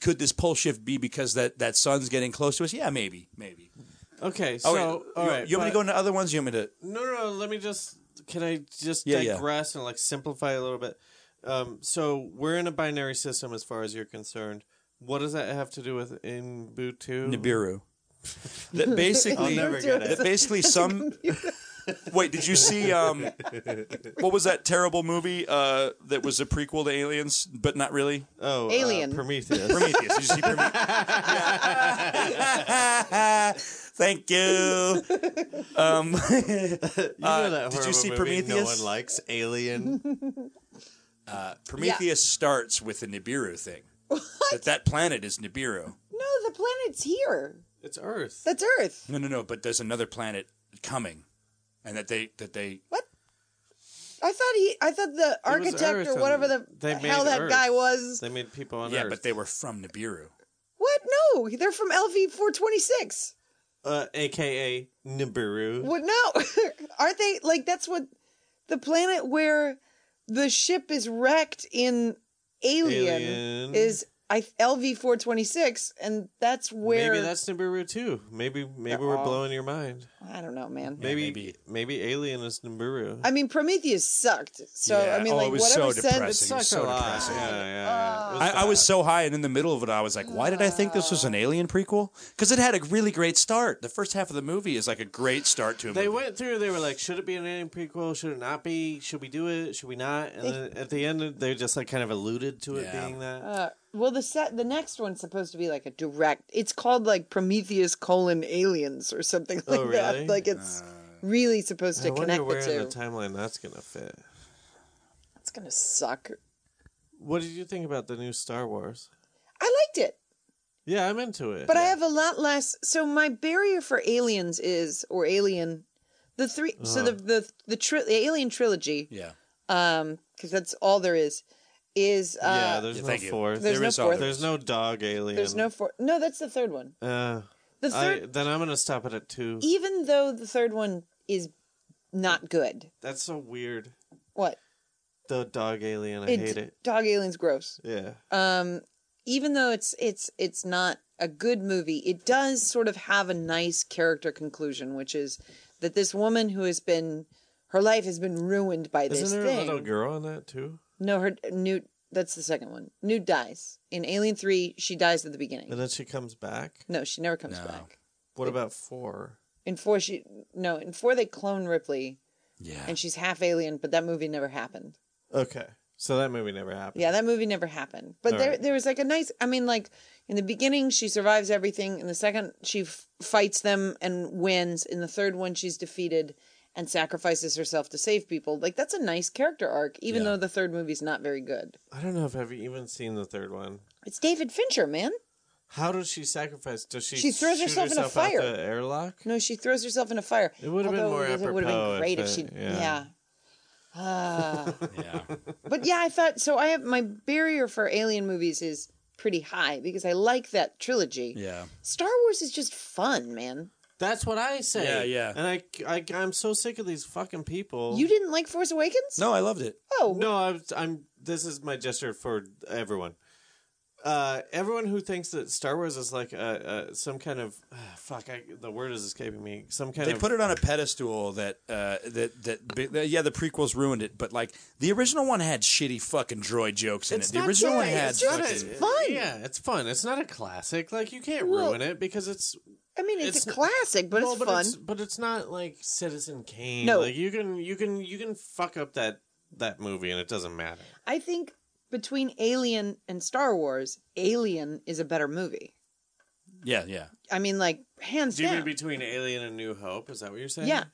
B: could this pole shift be because that that sun's getting close to us? Yeah, maybe, maybe.
A: Okay, so,
B: Okay,
A: all
B: Oh, you,
A: right.
B: you want me to go
A: but-
B: into other ones? You want me to?
A: No, no, no, let me just. Can I just
B: Yeah, yeah.
A: digress and like simplify a little bit? Um, so we're in a binary system as far as you're concerned. What does that have to do with Inbutu?
B: Nibiru. that basically,
A: I'll never get
B: that
A: it.
B: basically some. Wait, did you see um, what was that terrible movie uh, that was a prequel to Aliens, but not really?
A: Oh, uh,
C: Alien.
A: Prometheus.
B: Prometheus. Did you see Prometheus? Yeah. Thank you. Um,
A: You know that
B: uh, did you
A: horrible
B: see
A: movie No
B: Prometheus?
A: one likes Alien.
B: Prometheus starts with the Nibiru thing. That that planet is Nibiru.
C: No, the planet's here.
A: it's Earth.
C: That's Earth.
B: No, no, no. But there's another planet coming, and that they that they
C: I thought he I thought the
A: It was
C: architect
A: Earth
C: or
A: and
C: whatever the
A: they made
C: hell that
A: Earth.
C: guy was.
A: They made people on
B: yeah,
A: Earth.
B: but they were from Nibiru.
C: What? No, they're from LV four twenty six.
A: uh, AKA Nibiru.
C: What? No, aren't they like that's what the planet where the ship is wrecked in Alien,
A: Alien.
C: is I LV four twenty six, and that's where
A: Maybe that's Nibiru too. Maybe maybe we're blowing your mind.
C: I don't know, man.
A: Maybe,
B: maybe.
A: maybe Alien is Nibiru.
C: I mean, Prometheus sucked. So
B: Yeah.
C: I mean,
B: Oh,
C: like
B: it was
C: whatever
B: so
C: sense.
B: depressing.
A: Sucked a
B: so
A: lot.
B: depressing.
C: uh,
A: Yeah, yeah, yeah. It was
B: I, I was
A: bad.
B: so high, and in the middle of it, I was like, "Why did I think this was an Alien prequel?" Because it had a really great start. The first half of the movie is like a great start to a
A: They
B: movie.
A: went through. They were like, "Should it be an alien prequel? Should it not be? Should we do it? Should we not?" And then at the end, they just like kind of alluded to it
B: Yeah.
A: being that.
C: Uh, well, the set, the next one's supposed to be like a direct. It's called like Prometheus colon Aliens or something like
A: Oh, really? Uh,
C: that. Like it's really supposed
A: I
C: to
A: wonder
C: connect the
A: where in the
C: two.
A: timeline that's gonna fit.
C: it's gonna suck.
A: What did you think about the new Star Wars?
C: I liked it.
A: Yeah, I'm into it.
C: But I have a lot less. So my barrier for aliens is, or alien, the 3 So the the the, tri- the alien trilogy,
B: Yeah,
C: um, because that's all there is, is
A: yeah,
C: uh,
A: there's
B: Yeah,
A: no
B: thank you.
A: fourth.
C: There's no
B: is all
C: fourth.
A: There's no dog alien.
C: there's no four. No, that's the third one.
A: Uh,
C: The third,
A: I, then I'm gonna stop it at two.
C: even though the third one is not good.
A: That's so weird.
C: What?
A: The dog alien. I
C: It's-
A: hate it.
C: Dog aliens gross.
A: Yeah.
C: Um, even though it's it's it's not a good movie, it does sort of have a nice character conclusion, which is that this woman who has been her life has been ruined by this
A: Isn't there
C: thing.
A: a little girl on that too?
C: No, her Newt. That's the second one. Newt dies in Alien Three. She dies at the
A: And
C: beginning.
A: then she comes back.
C: No, she never comes
B: No.
C: back.
A: What about four?
C: In four, she no. In four, they clone Ripley,
B: yeah.
C: and she's half alien. But that movie never happened.
A: Okay, so that movie never happened.
C: Yeah, that movie never happened. But
A: All
C: there,
A: right.
C: there was like a nice. I mean, like in the beginning, she survives everything. In the second, she f- fights them and wins. In the third one, she's defeated and sacrifices herself to save people. Like that's a nice character arc, even
B: Yeah.
C: though the third movie's not very good.
A: I don't know if I've even seen the third one.
C: It's David Fincher, man.
A: How does she sacrifice? Does she?
C: She throws
A: shoot
C: herself in a
A: out
C: fire.
A: the airlock.
C: No, she throws herself in a fire.
A: It would've been
C: Although
A: more
C: It would have
A: apropos
C: been great if
A: if
C: she.
A: it-
C: Yeah.
A: yeah.
C: Ah.
B: yeah.
C: but yeah, I thought so. I have my barrier for alien movies is pretty high because I like that trilogy.
B: Yeah.
C: Star Wars is just fun, man.
A: That's what I say.
B: Yeah, yeah.
A: And I, I, I'm so sick of these fucking people.
C: You didn't like Force Awakens?
B: No, I loved it.
C: Oh,
A: No, I'm. I'm this is my gesture for everyone. uh, everyone who thinks that Star Wars is like a, a some kind of ah, fuck, I, the word is escaping me. Some kind
B: They
A: of
B: put it on a pedestal that uh, that that bi- that- yeah, the prequels ruined it, but like the original one had shitty fucking droid jokes in
A: It's
B: it. The
A: not
B: original
A: good.
B: one had
A: It's not
B: fucking-
A: a-
C: fun.
A: Yeah, it's fun. It's not a classic. Like you can't
C: Well-
A: ruin it because it's
C: I mean, it's, a
A: It's-
C: classic, but
A: well,
C: it's
A: but
C: fun.
A: It's, but it's not like Citizen Kane.
C: No.
A: like you can you can you can fuck up that that movie and it doesn't matter.
C: I think between Alien and Star Wars, Alien is a better movie.
B: yeah, yeah.
C: I mean, like hands
A: Do you
C: down.
A: mean between Alien and New Hope? Is that what you're saying?
C: yeah.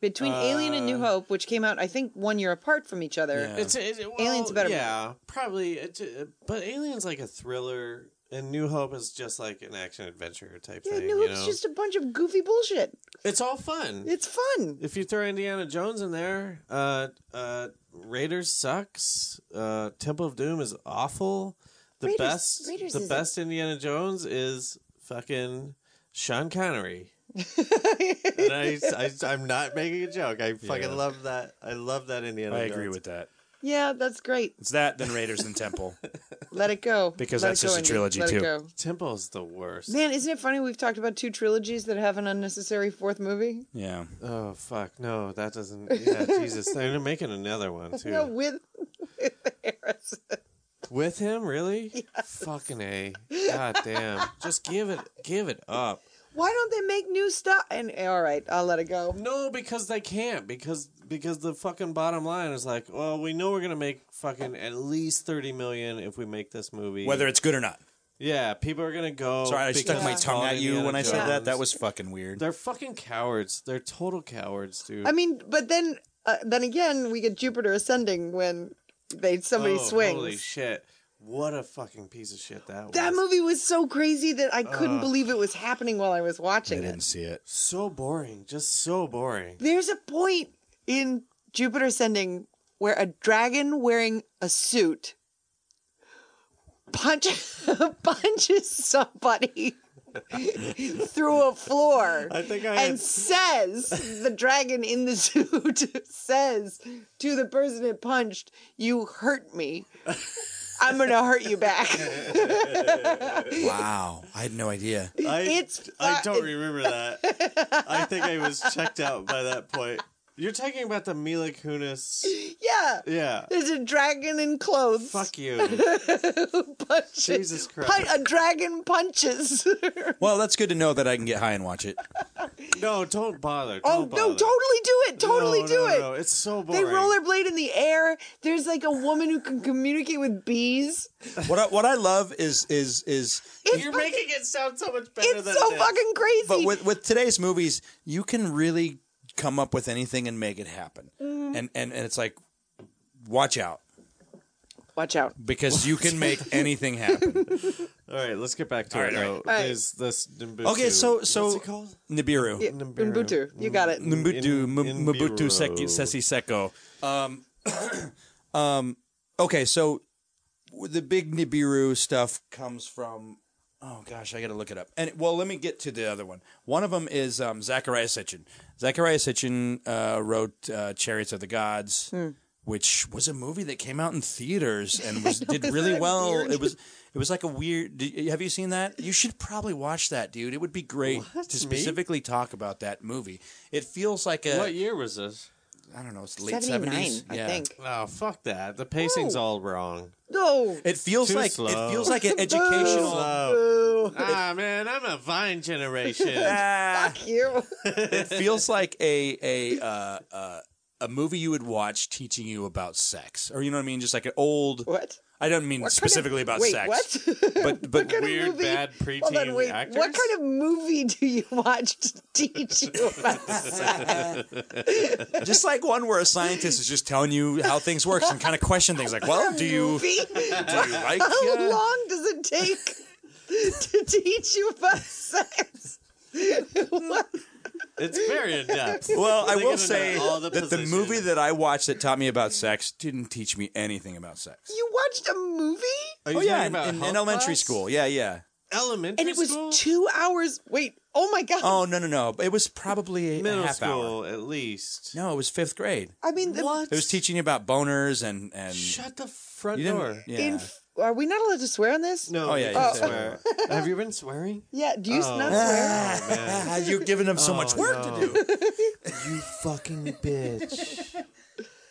C: Between Alien and New
A: Uh,
C: Hope, which came out, I think, one year apart from each other.
B: Yeah.
A: It's it, it- well,
C: Alien's a better
A: Yeah, probably. It, uh, but Alien's like a thriller, and New Hope is just like an action adventure type
C: Yeah,
A: thing.
C: New
A: you
C: Hope's
A: know?
C: just a bunch of goofy bullshit.
A: it's all fun.
C: It's fun.
A: if you throw Indiana Jones in there, uh, uh, Raiders sucks. Uh, Temple of Doom is awful. The
C: Raiders-
A: best,
C: Raiders
A: the
C: isn't-
A: best Indiana Jones is fucking Sean Connery. and I, I, am not making a joke. I fucking
B: Yeah.
A: love that. I love that Indiana.
B: I agree
A: Jones.
B: with that.
C: yeah, that's great.
B: It's that then Raiders and Temple.
C: Let it go.
B: Because
C: Let
B: that's
C: it go,
B: just a
C: Andy.
B: trilogy,
C: Let
B: too.
C: It go.
A: Temple's the worst.
C: Man, isn't it funny? We've talked about two trilogies that have an unnecessary fourth movie.
B: Yeah.
A: Oh fuck! No, that doesn't. Yeah, Jesus, they're making another one too
C: No, with, with Harris.
A: with him. Really? Fucking a. God damn! Just give it, give it up.
C: Why don't they make new stuff? And all right, I'll let it go.
A: No, because they can't. Because because the fucking bottom line is like, well, we know we're gonna make fucking at least thirty million if we make this movie.
B: Whether it's good or not.
A: yeah, people are gonna go.
B: Sorry, Oh, I stuck
A: because
B: my
A: it's
B: tongue
A: all
B: at you
A: Indiana
B: when I said
A: Jones.
B: that. That was fucking weird.
A: They're fucking cowards. They're total cowards, dude.
C: I mean, but then uh, then again, we get Jupiter ascending when they somebody
A: Oh,
C: swings.
A: Holy shit! What a fucking piece of shit that was.
C: that movie was so crazy that I couldn't believe it was happening while I was
B: I
C: watching it.
B: didn't see it.
A: So boring. Just so boring.
C: There's a point in Jupiter Ascending where a dragon wearing a suit punch, punches somebody through a floor
A: I think I
C: and says, the dragon in the suit says to the person it punched, You hurt me. I'm going to hurt you back.
B: Wow. I had no idea.
A: I,
C: It's
A: I
C: fu-
A: don't remember that. I think I was checked out by that point. You're talking about the Mila Kunis.
C: yeah.
A: Yeah.
C: There's a dragon in clothes.
A: Fuck you.
C: punches.
A: Jesus Christ.
C: Pun- a dragon punches.
B: Well, that's good to know that I can get high and watch it.
A: No, don't bother. Don't
C: oh
A: bother.
C: no! Totally do it. Totally
A: No,
C: do
A: no,
C: it.
A: No, it's so
C: They
A: boring.
C: rollerblade in the air. There's like a woman who can communicate with bees.
B: What I, what I love is is is
C: It's,
A: You're
C: fuck-
A: making it sound so much better
C: it's
A: than
C: so
A: it is.
C: fucking crazy.
B: but with with today's movies, you can really come up with anything and make it happen. And and and it's like watch out
C: Watch out.
B: because you can make anything happen.
A: All right, let's get back to
B: All
A: it.
B: right, all
A: though.
B: right.
A: There's this. Nimbutu.
B: Okay, so so
A: What's it called?
B: Nibiru.
C: Yeah,
A: Nibiru.
C: Ubuntu. You got it.
B: Mbutu,
A: In- in
B: M- Mbutu
A: Bureau.
B: Seki, Sesi Seko. Um, um, okay, so w- the big Nibiru stuff comes from. Oh gosh, I got to look it up. And well, let me get to the other one. One of them is um, Zacharias Sitchin. Zacharias Sitchin uh, wrote uh, *Chariots of the Gods*, which was a movie that came out in theaters and was, did really well. It was it was like a weird. d have you seen that? You should probably watch that, dude. It would be great to
A: Me?
B: specifically talk about that movie. It feels like a
A: What year was this?
B: I don't know. It's
C: 79,
B: late seventies.
C: I think.
A: Oh, fuck that. The pacing's all wrong.
C: No.
B: It feels
A: Too
B: like
A: slow.
B: it feels like an educational.
A: Slow.
C: Boo.
A: Ah, man, I'm a Vine generation.
B: Ah,
C: Fuck you.
B: it feels like a a uh, uh, a movie you would watch teaching you about sex, or you know what I mean, just like an old.
C: What?
B: I don't mean
C: What kind
B: specifically
C: of,
B: about
C: wait,
B: sex,
C: What?
B: but but
C: kind of
A: Weird,
C: movie-
A: bad
C: Hold on,
A: preteen
C: wait.
A: actors?
C: What kind of movie do you watch to teach you about
B: just like one where a scientist is just telling you how things works and kind of question things like, well, do you do
C: movie?
B: you like?
C: How
B: uh,
C: long does it take to teach you about sex? What?
A: It's very in depth.
B: Well,
A: They
B: I will
A: get into
B: say
A: all the
B: that the
A: positions.
B: movie that I watched that taught me about sex didn't teach me anything about sex.
C: You watched a movie?
A: Are you
B: oh yeah,
A: talking
B: in,
A: about
B: in- in
A: health
B: elementary
A: class?
B: school. Yeah, yeah.
A: Elementary
C: And it was
A: school?
C: two hours. Wait, oh my God.
B: Oh no, no, no. It was probably a
A: middle
B: half hour.
A: school at least.
B: No, it was fifth grade.
C: I mean, the,
B: It was teaching you about boners and and
A: Shut the front
B: you
A: door.
B: didn't. Yeah.
C: in, Are we not allowed to swear on this?
A: No,
B: Oh, yeah,
A: you
B: yeah,
A: can
B: yeah.
A: swear. Have you been swearing?
C: Yeah. Do you
A: Oh.
C: not swear?
B: Ah,
A: Oh, man.
B: You've given them so much
A: Oh,
B: work
A: no.
B: to do.
A: you fucking bitch.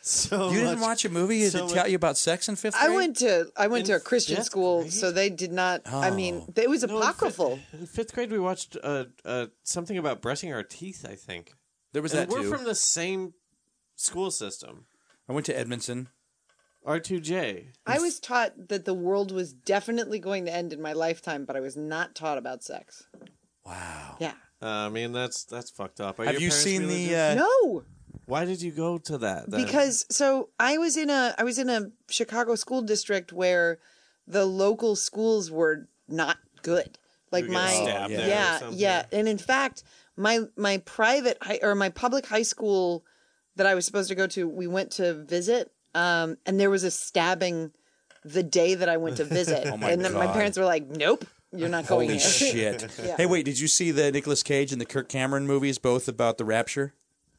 A: So
B: You didn't
A: much-
B: watch a movie
A: so
B: that tell
A: much-
B: you about sex in fifth
C: I
B: grade?
C: went to I went
A: In
C: to a Christian
A: fifth
C: school,
A: grade?
C: so they did not. I mean,
B: Oh.
C: it was
A: No, in fi-
C: apocryphal.
A: In fifth grade, we watched uh, uh, something about brushing our teeth. I think.
B: There was
A: And
B: that
A: we're
B: too.
A: from the same school system.
B: I went to Edmondson.
A: R two J.
C: I was taught that the world was definitely going to end in my lifetime, but I was not taught about sex.
B: Wow.
C: Yeah.
A: Uh, I mean, that's that's fucked up. Are
B: Have
A: your
B: you
A: parents
B: seen
A: religious?
B: the? Uh,
C: no.
A: Why did you go to that? then?
C: because so I was in a I was in a Chicago school district where the local schools were not good. Like
A: get
C: my
A: stabbed there or
C: yeah
A: something.
C: yeah, and in fact my my private high, or my public high school that I was supposed to go to, we went to visit, um, and there was a stabbing the day that I went to visit,
A: Oh
B: my
C: and then my
B: God.
C: parents were like, "Nope, you're not going
B: Holy
C: here."
B: shit!
C: Yeah.
B: Hey, wait! Did you see the Nicolas Cage and the Kirk Cameron movies, both about the Rapture?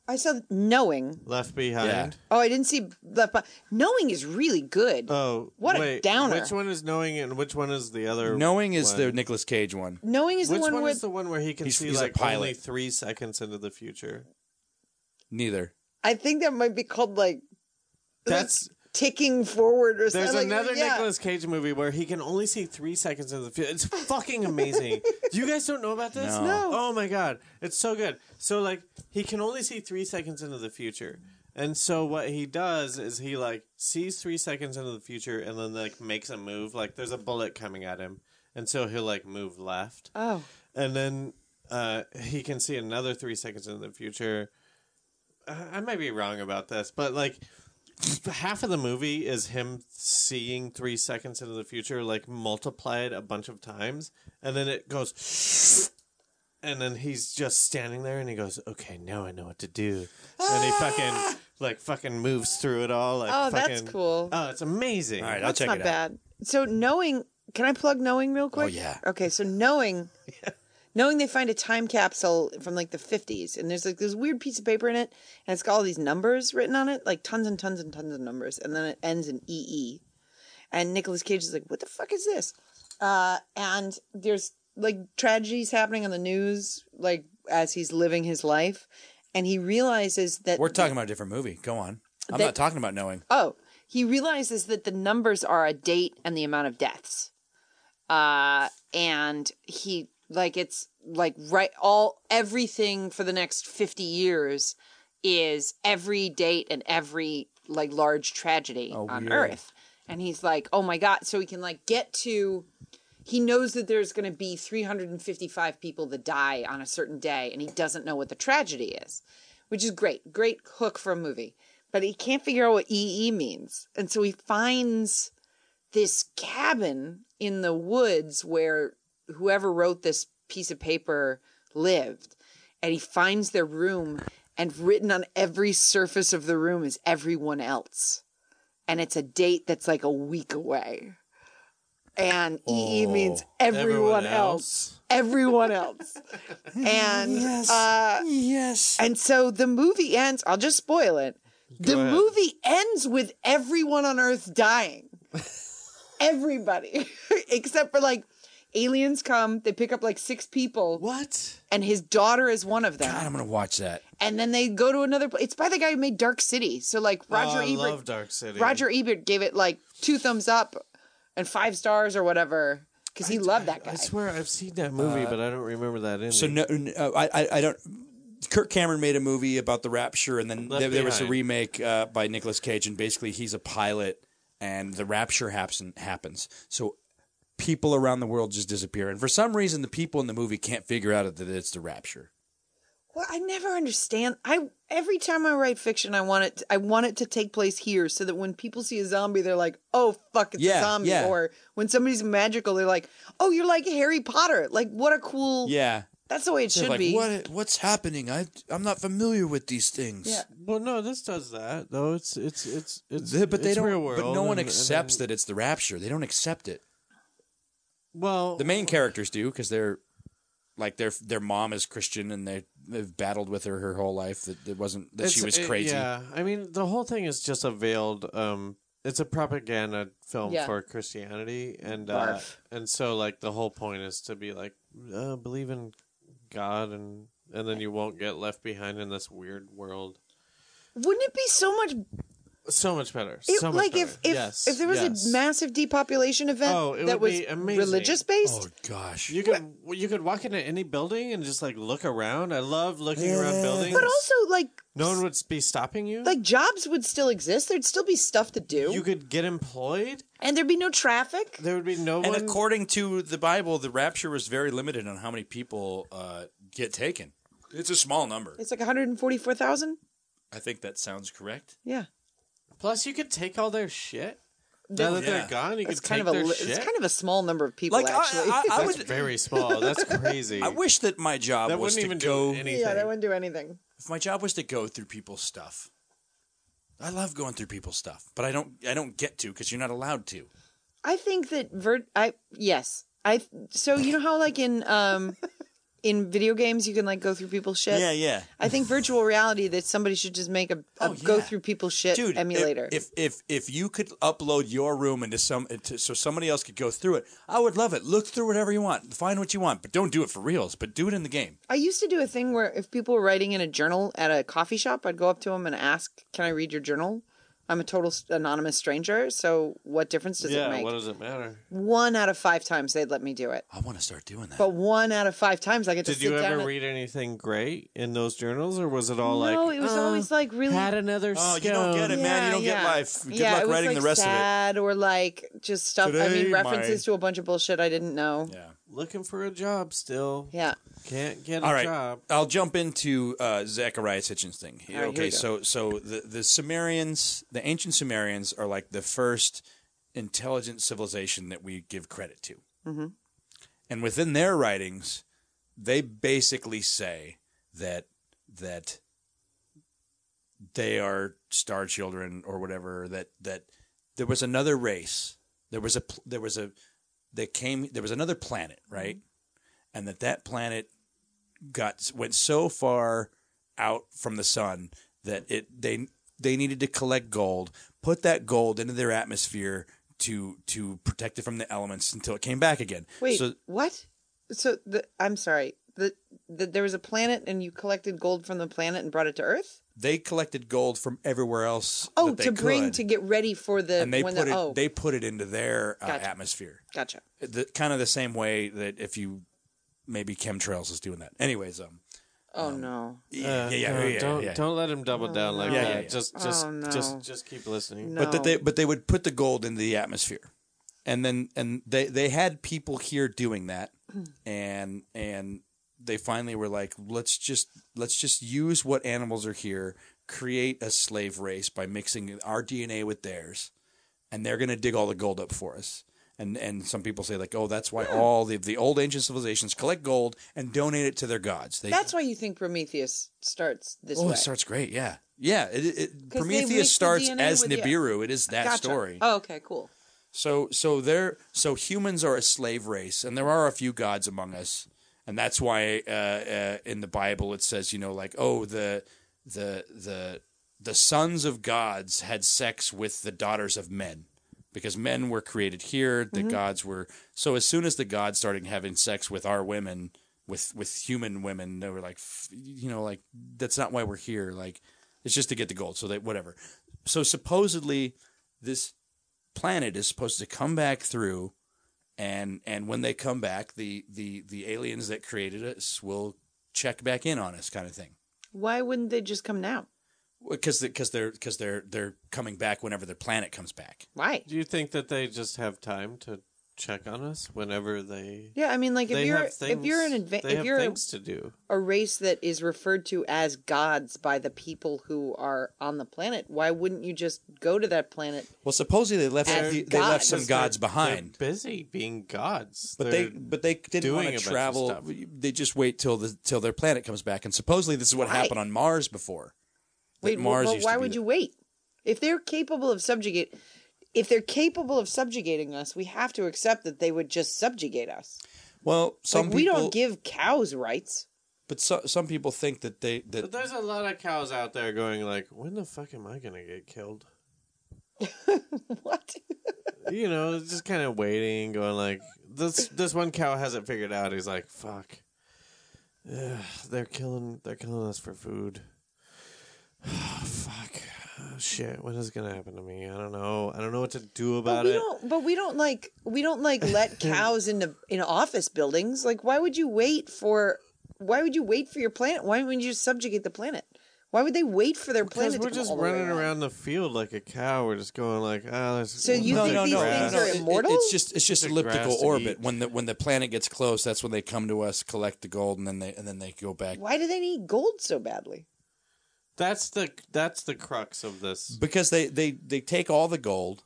C: I saw knowing.
A: Left Behind.
C: Oh, I didn't see left. Behind. Knowing is really good.
A: Oh,
C: What a
A: wait,
C: downer.
A: Which one is knowing and which one is the other?
B: Knowing is
A: one?
B: the Nicolas Cage one.
C: knowing is
A: Which
C: the one,
A: one,
C: where
A: is the one where he can
B: He's-
A: see
B: he's a
A: like
B: pilot.
A: only three seconds into the future?
B: Neither.
C: I think that might be called like
A: That's
C: ticking forward or
A: there's
C: something. Like,
A: another
C: yeah.
A: Nicolas Cage movie where he can only see three seconds into the future. It's fucking amazing. you guys don't know about this?
B: No. No.
A: Oh my god, it's so good. So like he can only see three seconds into the future. And so what he does is he like sees three seconds into the future and then like makes a move. Like there's a bullet coming at him, and so he'll like move left.
C: Oh,
A: and then uh, he can see another three seconds into the future. I I might be wrong about this, but like half of the movie is him seeing three seconds into the future, like multiplied a bunch of times, and then it goes. And then he's just standing there, and he goes, "Okay, now I know what to do." And he fucking like fucking moves through it all. Like,
C: oh,
A: fucking,
C: that's cool.
A: Oh, it's amazing.
B: All right, I'll
C: that's
B: check
C: not
B: it out. Oh,
C: bad. So knowing, can I plug knowing real quick?
B: yeah.
C: Okay, so knowing, knowing they find a time capsule from like the fifties, and there's like this weird piece of paper in it, and it's got all these numbers written on it, like tons and tons and tons of numbers, and then it ends in EE. And Nicolas Cage is like, "What the fuck is this?" Uh, and there's like tragedies happening on the news, like as he's living his life, and he realizes that
B: We're talking about a different movie. Go on. I'm
C: They-
B: not talking about knowing.
C: Oh, he realizes that the numbers are a date and the amount of deaths. Uh, and he like it's like right all everything for the next 50 years is every date and every like large tragedy on earth. And he's like, "Oh my god, so he can like get to he knows that there's going to be 355 people that die on a certain day and he doesn't know what the tragedy is which is great great hook for a movie but he can't figure out what ee means and so he finds this cabin in the woods where whoever wrote this piece of paper lived and he finds their room and written on every surface of the room is everyone else and it's a date that's like a week away and ee means Oh,
A: Everyone
C: everyone, else. everyone else and uh
B: Yes.
C: and so the movie ends. I'll just spoil it. the
A: ahead.
C: movie ends with everyone on Earth dying. Everybody, except for like aliens come. They pick up like six people,
A: What?
C: and his daughter is one of them.
B: God, I'm gonna watch that.
C: And then they go to another. pla- It's by the guy who made Dark City. So like Roger
A: oh, I
C: Ebert.
A: love Dark City.
C: Roger Ebert gave it like two thumbs up and five stars or whatever because he loved that guy.
A: I swear I've seen that movie, but I don't remember that in
B: Uh, So no, n- uh, I, I, I don't. Kirk Cameron made a movie about the Rapture, and then
A: Left
B: there, there was a
A: Behind.
B: remake uh, by Nicolas Cage, and basically he's a pilot, and the Rapture happens. Happens. So people around the world just disappear, and for some reason, the people in the movie can't figure out that it's the Rapture.
C: Well, I never understand. I every time I write fiction, I want it. I want it to take place here, so that when people see a zombie, they're like, "Oh fuck, it's a
B: Yeah,
C: zombie!"
B: yeah.
C: Or when somebody's magical, they're like, "Oh, you're like Harry Potter. Like, what a cool."
B: Yeah.
C: that's the way it
B: They're
C: should
B: like,
C: be.
B: What, what's happening? I, I'm not familiar with these things.
C: Yeah.
A: Well, no, this does that though. It's it's it's it's.
B: The- but they
A: it's
B: don't.
A: Real world
B: but no one
A: and- and
B: accepts
A: then-
B: that it's the rapture. They don't accept it.
A: Well,
B: The main characters do because they're like their their mom is Christian and they they've battled with her her whole life that it wasn't that she
A: it's-
B: was
A: it-
B: crazy.
A: yeah, I mean, the whole thing is just a veiled um, it's a propaganda film
C: Yeah.
A: for Christianity, and uh,
C: Barf.
A: and so like the whole point is to be like uh, believe in God, and and then you won't get left behind in this weird world.
C: Wouldn't it be so much?
A: So much better.
C: It,
A: so much
C: like
A: better.
C: if if,
A: yes,
C: if there was
A: yes.
C: a massive depopulation event
A: Oh, it
C: that
A: would
C: was
A: be amazing.
C: religious based,
B: Oh gosh.
A: You could you could walk into any building and just like look around. I love looking around buildings.
C: but also like
A: no one would be stopping you.
C: like jobs would still exist. There'd still be stuff to do,
A: you could get employed.
C: and there'd be no traffic.
A: There would be no
B: and
A: one.
B: according to the Bible, the rapture was very limited on how many people uh, get taken. It's a small number.
C: It's like one hundred and forty four thousand.
B: I think that sounds correct.
C: Yeah,
A: Plus, you could take all their shit. Now that
B: Yeah.
A: they're gone, you
C: it's
A: could
C: kind
A: take
C: of a
A: their
C: li-
A: shit.
C: it's kind of a small number of people
B: Like, I-
C: actually.
B: I- I
A: That's
B: would-
A: very small. That's crazy.
B: I wish that my job
A: that
B: was
A: wouldn't
B: to
A: even
B: go.
A: do anything.
C: yeah, that wouldn't do anything.
B: if my job was to go through people's stuff, I love going through people's stuff, but I don't. I don't get to because you're not allowed to.
C: I think that vert. I yes. I so you know how like in um in video games you can like go through people's shit.
B: yeah,
C: I think virtual reality that somebody should just make a, a
B: Oh,
C: go
B: yeah.
C: through people's shit
B: dude. if-
C: emulator.
B: If, if if you could upload your room into some into, so somebody else could go through it, I would love it. Look through whatever you want, find what you want, but don't do it for reals. But do it in the game.
C: I used to do a thing where if people were writing in a journal at a coffee shop, I'd go up to them and ask, "Can I read your journal?" I'm a total s- anonymous stranger, so what difference does
A: yeah,
C: it make?
A: what does it matter?
C: One out of five times they'd let me do it,
B: I want to start doing that.
C: but one out of five times I get to
A: Did
C: sit
A: you
C: down.
A: ever
C: and-
A: read anything great in those journals, or was it all like? "Uh,
C: no, it was always like really
A: had another.
B: Oh, you don't get it, man. You don't get life. Good
C: it
B: luck
C: was,
B: writing
C: like,
B: the rest
C: sad or like just stuff. I
B: Today,
C: mean, references
B: my-
C: to a bunch of bullshit I didn't know.
B: of it. Yeah.
A: Looking for a job still.
C: Yeah.
A: Can't get
B: All
A: a
B: right,
A: job.
B: I'll jump into uh, Zacharias Hitchens' thing. here.
C: right, here
B: okay,
C: we go.
B: so so the the Sumerians, the ancient Sumerians, are like the first intelligent civilization that we give credit to. Mm-hmm. And within their writings, they basically say that that they are star children or whatever. That that there was another race. There was a pl- there was a that came. There was another planet, right? And that that planet got went so far out from the sun that it they they needed to collect gold, put that gold into their atmosphere to to protect it from the elements until it came back again.
C: Wait,
B: so
C: what? So the, I'm sorry. The, the there was a planet and you collected gold from the planet and brought it to Earth.
B: they collected gold from everywhere else.
C: Oh,
B: that they
C: to bring
B: could,
C: to get ready for the
B: and they
C: when
B: put
C: the,
B: it
C: oh
B: they put it into their uh,
C: Gotcha.
B: atmosphere.
C: gotcha.
B: The, kind of the same way that if you maybe chemtrails is doing that. Anyways, um,
C: Oh no.
B: yeah, yeah, yeah,
A: Uh, No,
B: yeah,
A: don't
B: yeah.
A: don't let him double down like
B: Yeah,
A: that.
B: yeah, yeah.
A: Just just
C: Oh, no.
A: just just keep listening.
C: No.
B: but that they but they would put the gold into the atmosphere and then and they they had people here doing that and and they finally were like let's just let's just use what animals are here create a slave race by mixing our dna with theirs and they're going to dig all the gold up for us and and some people say like oh that's
C: Hmm.
B: why all the the old ancient civilizations collect gold and donate it to their gods they
C: That's why you think Prometheus starts this
B: oh
C: way.
B: it starts great yeah yeah it, it, it-
C: 'Cause they
B: prometheus
C: mix the
B: starts
C: DNA
B: as
C: with the-
B: nibiru it is that
C: gotcha.
B: story
C: Oh, okay, cool.
B: so so they're so humans are a slave race, and there are a few gods among us, and that's why uh, uh, in the Bible it says you know like oh the the the the sons of gods had sex with the daughters of men because men were created here the gods were so as soon as the gods started having sex with our women with with human women they were like "F- you know like that's not why we're here like it's just to get the gold so they whatever so supposedly this planet is supposed to come back through and and when they come back the the the aliens that created us will check back in on us kind of thing
C: Why wouldn't they just come now?
B: because because they're because they're they're coming back whenever their planet comes back
C: Why?
A: Do you think that they just have time to check on us whenever they?
C: Yeah, I mean, like if
A: they
C: you're
A: have things.
C: if you're an adva-
A: they
C: if
A: have
C: you're a,
A: things to do.
C: a race that is referred to as gods by the people who are on the planet, why wouldn't you just go to that planet?
B: well supposedly they left
C: As
B: they,
C: gods.
B: left some
A: Because
B: gods
A: they're-
B: behind
A: They're busy being gods,
B: but they
A: They're-
B: but they didn't
A: doing
B: want
A: a
B: to
A: bunch of
B: travel
A: stuff.
B: they just wait till the till their planet comes back and supposedly this is what
C: Why?
B: happened on mars before That
C: Wait,
B: mars
C: well,
B: used to
C: why
B: be
C: would
B: the-
C: you wait? If they're capable of subjugate, if they're capable of subjugating us, we have to accept that they would just subjugate us.
B: well some
C: like we
B: people
C: don't give cows rights.
B: but so, some people think that they that
A: But there's a lot of cows out there going like, "When the fuck am I gonna get killed?"
C: What?
A: you know, just kind of waiting, going like this. This one cow has it figured out. He's like, "Fuck, Ugh, they're killing, they're killing us for food." Fuck, oh, shit. When is it gonna happen to me? I don't know. I don't know what to do
C: But
A: about
C: we
A: it.
C: don't. But we don't like. We don't like let cows into in office buildings. Like, why would you wait for? Why would you wait for your planet? Why wouldn't you just subjugate the planet? Why would they wait for their
A: Because
C: planet?
A: we're
C: to come
A: just
C: all the way
A: running
C: around?
A: around the field like a cow. We're just going like, ah, there's
C: So you
B: no,
C: think
B: no,
C: these
B: no,
C: things
B: no,
C: are
B: It- it-
C: immortal?
B: it's just it's just
A: Like
B: elliptical
A: grass to
B: orbit.
A: eat.
B: When the when the planet gets close, that's when they come to us, collect the gold, and then they and then they go back.
C: Why do they need gold so badly?
A: That's the that's the crux of this.
B: Because they they they take all the gold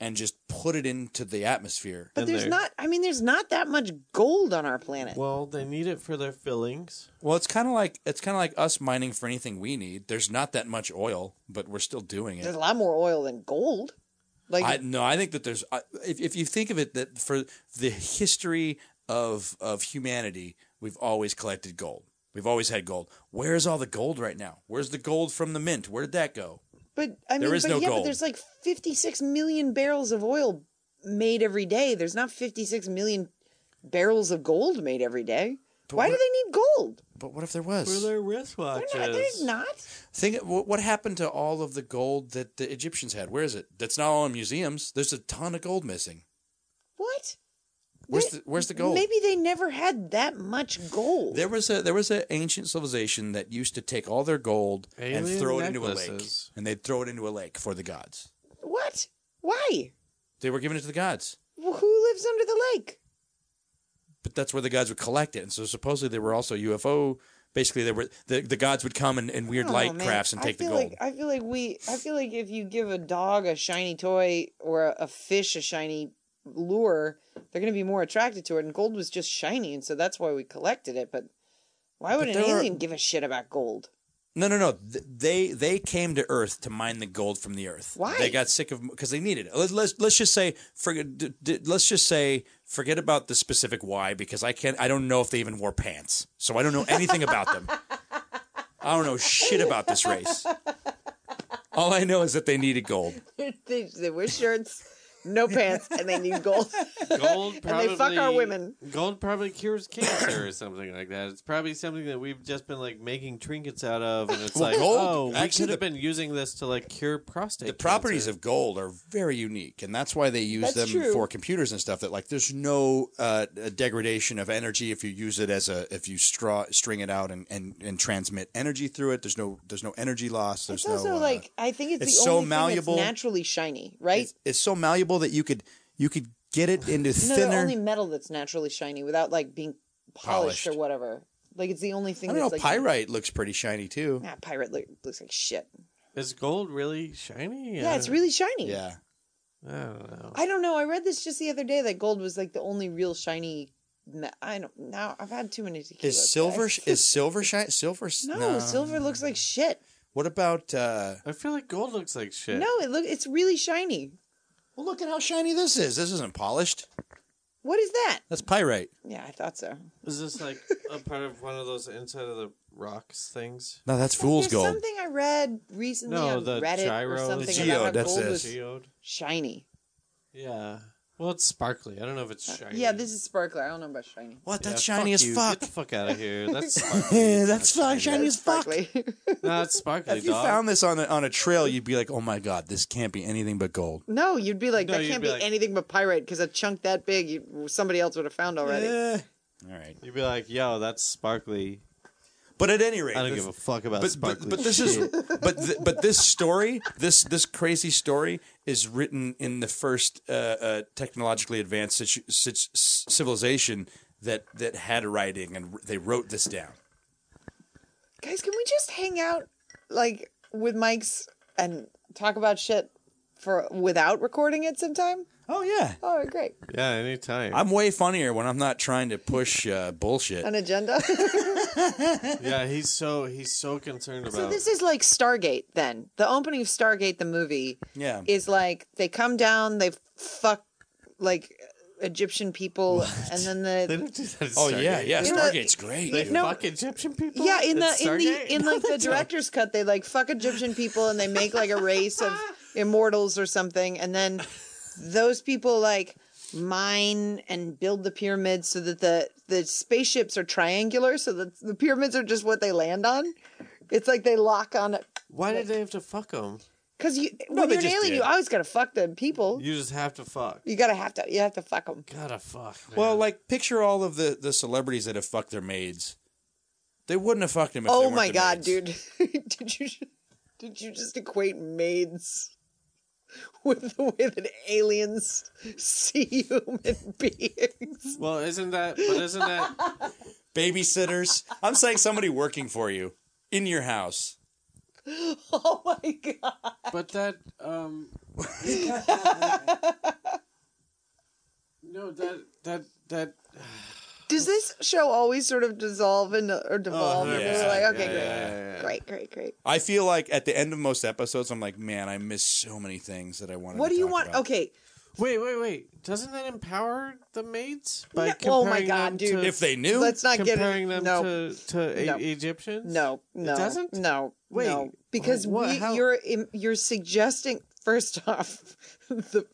B: and just put it into the atmosphere.
C: But
A: And
C: there's
A: they're-
C: not. I mean, there's not that much gold on our planet.
A: Well, they need it for their fillings.
B: Well, it's kind of like it's kind of like us mining for anything we need. There's not that much oil, but we're still doing
C: there's
B: it.
C: a lot more oil than gold. Like
B: I, no, I think that there's I- if if you think of it that for the history of of humanity, we've always collected gold. We've always had gold. Where's all the gold right now? Where's the gold from the mint? Where did that go?
C: But I mean,
B: There is
C: but
B: no
C: yeah, but
B: gold.
C: there's like 56 million barrels of oil made every day. There's not 56 million barrels of gold made every day. Why do
B: what-
C: they need gold?
B: But what if there was?
A: For their
C: They're not, there's
A: wristwatches.
C: not.
B: Think what what happened to all of the gold that the Egyptians had? Where is it? That's not all in museums. There's a ton of gold missing.
C: What?
B: Where's
C: They-
B: the Where's the gold?
C: Maybe they never had that much gold.
B: There was a there was an ancient civilization that used to take all their gold and
A: Alien
B: throw it into a lake,
A: necklaces.
B: and they'd throw it into a lake for the gods.
C: What? Why?
B: They were giving it to the gods,
C: Wh- Who lives under the lake?
B: but that's where the gods would collect it. And so supposedly they were also UFO. Basically, they were the, the gods would come in, in weird
C: Oh,
B: light
C: man.
B: crafts and
C: I
B: take the
C: feel
B: gold.
C: Like, I feel like we. I feel like if you give a dog a shiny toy or a, a fish a shiny lure, they're going to be more attracted to it. And gold was just shiny, and so that's why we collected it. But why would an
B: there are-
C: alien give a shit about gold?
B: No, no, no. Th- They they came to Earth to mine the gold from the Earth.
C: Why?
B: They got sick of because they needed it. Let's let's, let's just say forget. D- d- let's just say forget about the specific why because I can't. I don't know if they even wore pants, so I don't know anything about them. I don't know shit about this race. All I know is that they needed gold.
C: they, they wear shirts, no pants, and they need gold.
A: Gold
C: And they
A: probably
C: fuck our women.
A: Gold probably cures cancer or something like that. It's probably something that we've just been like making trinkets out of, and it's like,
B: gold-
A: oh, we
B: actually
A: could have
B: the-
A: been using this to like cure prostate.
B: The properties of gold are very unique, and that's why they use
C: That's
B: them
C: true.
B: for computers and stuff. That like, there's no uh, degradation of energy if you use it as a if you straw string it out and, and, and transmit energy through it. There's no there's no energy loss. There's
C: It's also
B: no, uh,
C: like I think it's,
B: it's
C: the
B: so
C: only
B: malleable.
C: thing that's naturally shiny, right?
B: it's, it's so malleable that you could you could get it into
C: No, the
B: thinner.
C: only metal that's naturally shiny without like being polished,
B: Polished.
C: or whatever. Like it's the only
B: I
C: thing
B: don't
C: that's
B: know.
C: like
B: pyrite looks pretty shiny too.
C: Nah, pirate look, looks like shit.
A: is gold really shiny?
C: Yeah, it's really shiny.
B: Yeah,
A: I don't know.
C: I don't know. I read this just the other day that gold was like the only real shiny. Me- I don't now. I've had too many tequilas.
B: is silver
C: guys.
B: is silver shiny? Silver? s-
C: No, silver looks like shit.
B: What about? Uh,
A: I feel like gold looks like shit.
C: No, it look. It's really shiny.
B: well, look at how shiny this is. This isn't polished.
C: What is that?
B: That's pyrite.
C: Yeah, I thought so.
A: is this like a part of one of those inside of the rocks things?
B: No, that's fool's
C: There's
B: gold.
C: something I read recently
A: No,
C: on
A: the
C: Reddit
A: gyro-
C: or
A: The
C: something
B: geode,
C: about how
B: that's
C: gold
B: it.
C: was
A: Geode.
C: shiny.
A: Yeah. Well, it's sparkly. I don't know if it's shiny.
C: Uh, Yeah, this is sparkler. I don't know about shiny.
B: What?
A: Yeah,
B: That's shiny as
A: you. Get
B: fuck.
A: the fuck out of here. That's
B: Yeah,
A: sparkly.
B: that's fuck, shiny as fuck.
C: Sparkly.
A: no, it's sparkly.
B: If you
A: dog.
B: found this on a, on a trail, you'd be like, "Oh my god, this can't be anything but gold."
C: no, you'd be like
A: No,
C: that
A: you'd
C: can't
A: be
C: be
A: like-
C: anything but pirate because a chunk that big, you, somebody else would have found already.
B: Eh. All right,
A: You'd be like, yo, that's sparkly.
B: but at any rate,
A: I don't
B: this-
A: give a fuck about
B: but,
A: sparkly.
B: but, but this is but th- but this story, this this crazy story, is written in the first uh, uh, technologically advanced situ- situ- s- civilization that that had writing, and they wrote this down.
C: Guys, can we just hang out like with mics and talk about shit for without recording it sometime?
B: Oh yeah,
C: Oh, great.
A: yeah, anytime.
B: I'm way funnier when I'm not trying to push uh, bullshit.
C: An agenda.
A: yeah, he's so he's so concerned about.
C: so this is like Stargate then. The opening of Stargate the movie
B: Yeah.
C: is like they come down, they fuck like Egyptian people and then the
A: they don't do that. At
B: Oh yeah,
A: Stargate.
B: yeah.
C: You know,
B: Stargate's great.
A: They
B: dude.
C: No.
A: fuck Egyptian people.
C: Yeah, in the
A: At
C: in
A: Stargate?
C: the in like the director's cut, they like fuck Egyptian people and they make like a race of immortals or something, and then those people like mine and build the pyramids so that the the spaceships are triangular, so that the pyramids are just what they land on. It's like they lock on it
A: Why did they have to fuck them?
C: because you when
A: they
C: you're an
A: just
C: alien,
A: did.
C: you always gotta fuck the people.
A: You just have to fuck.
C: You gotta have to you have to fuck them.
A: Gotta fuck. Man.
B: Well, like picture all of the the celebrities that have fucked their maids. They wouldn't have fucked him. If they
C: Oh
B: weren't
C: my
B: the
C: god,
B: maids.
C: dude! did you did you just equate maids with the way that aliens see human beings?
A: well, isn't that? But isn't that?
B: Babysitters. I'm saying somebody working for you in your house.
C: Oh my god!
A: but that. Um. no, that that that.
C: Does this show always sort of dissolve into
B: Oh,
C: or devolve? and we're
B: 100%.
C: like, okay,
A: Yeah,
C: great,
A: yeah, yeah.
C: great, great, great.
B: I feel like at the end of most episodes, I'm like, man, I miss so many things that I wanted.
C: What
B: to
C: do you
B: talk
C: want?
B: about."
C: Okay,
A: Wait, wait, wait! Doesn't that empower the maids by
C: No-
A: comparing
C: oh my God,
A: them
C: dude.
A: To,
B: If they knew,
C: let's not get
A: comparing them
C: no.
A: to to e-
C: No.
A: Egyptians?
C: No, no,
A: doesn't?
C: No,
A: Wait,
C: no, because
A: what-
C: we,
A: how-
C: you're im- you're suggesting first off the.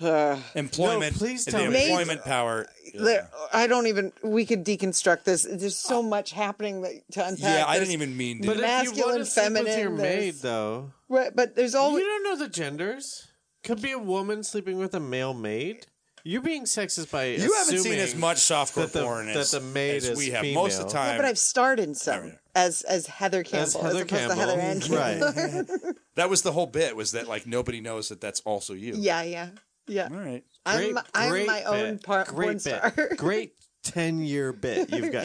C: Uh,
B: employment,
A: No, please
B: the
A: tell
C: me. uh,
B: employment power.
C: there, I don't even. We could deconstruct this. There's so much happening that, to unpack.
B: Yeah, I
C: There's-
B: didn't even mean to.
A: But if you
C: Masculine,
A: want to sleep with your
C: feminine, Oh,
A: maid,
C: there's-
A: though,
C: Right, but there's always
A: you don't know the genders. Could be a woman sleeping with a male maid. You're being sexist by
B: you haven't seen
A: assuming
B: as much softcore
A: that the-
B: porn as,
A: that the maid
B: as
A: is
B: we have. Most of the
A: female.
B: time,
C: Yeah, but I've starred in some as as Heather
A: as
C: Campbell, as,
A: Heather
C: opposed
A: Campbell.
C: to Heather Ann Campbell.
A: Right.
B: that was the whole bit. Was that like nobody knows that that's also you?
C: Yeah, yeah, yeah.
B: All right.
C: I'm
A: Great-
C: I'm
A: great
C: my own
A: bit.
C: par- porn
A: Great
C: star.
A: bit. Great ten year bit you've got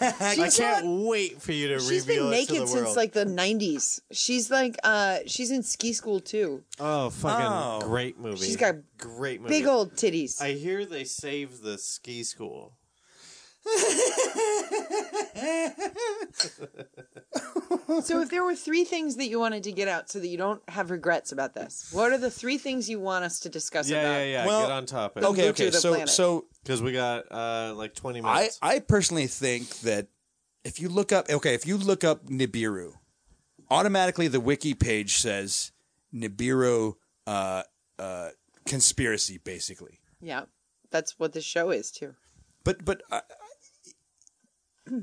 A: going on. I
C: She's
A: can't wait for you to
C: She's
A: reveal
C: been
A: it to the
C: naked
A: world.
C: since like the '90s. She's like, uh, she's in ski school too.
A: oh fucking
B: Oh.
A: great movie.
C: She's got
A: great movie.
C: Big old titties.
A: I hear they saved the ski school.
C: so, if there were three things that you wanted to get out, so that you don't have regrets about this, what are the three things you want us to discuss
A: Yeah,
C: about?
A: yeah, yeah.
B: Well,
A: Get on topic.
B: Okay,
C: Look to
B: okay.
C: the
B: So,
C: planet.
B: so
A: Because we got uh, like 20
B: I,
A: minutes.
B: I personally think that if you look up okay, if you look up Nibiru, automatically the wiki page says Nibiru uh, uh, conspiracy, basically.
C: Yeah, that's what this show is too.
B: But but uh,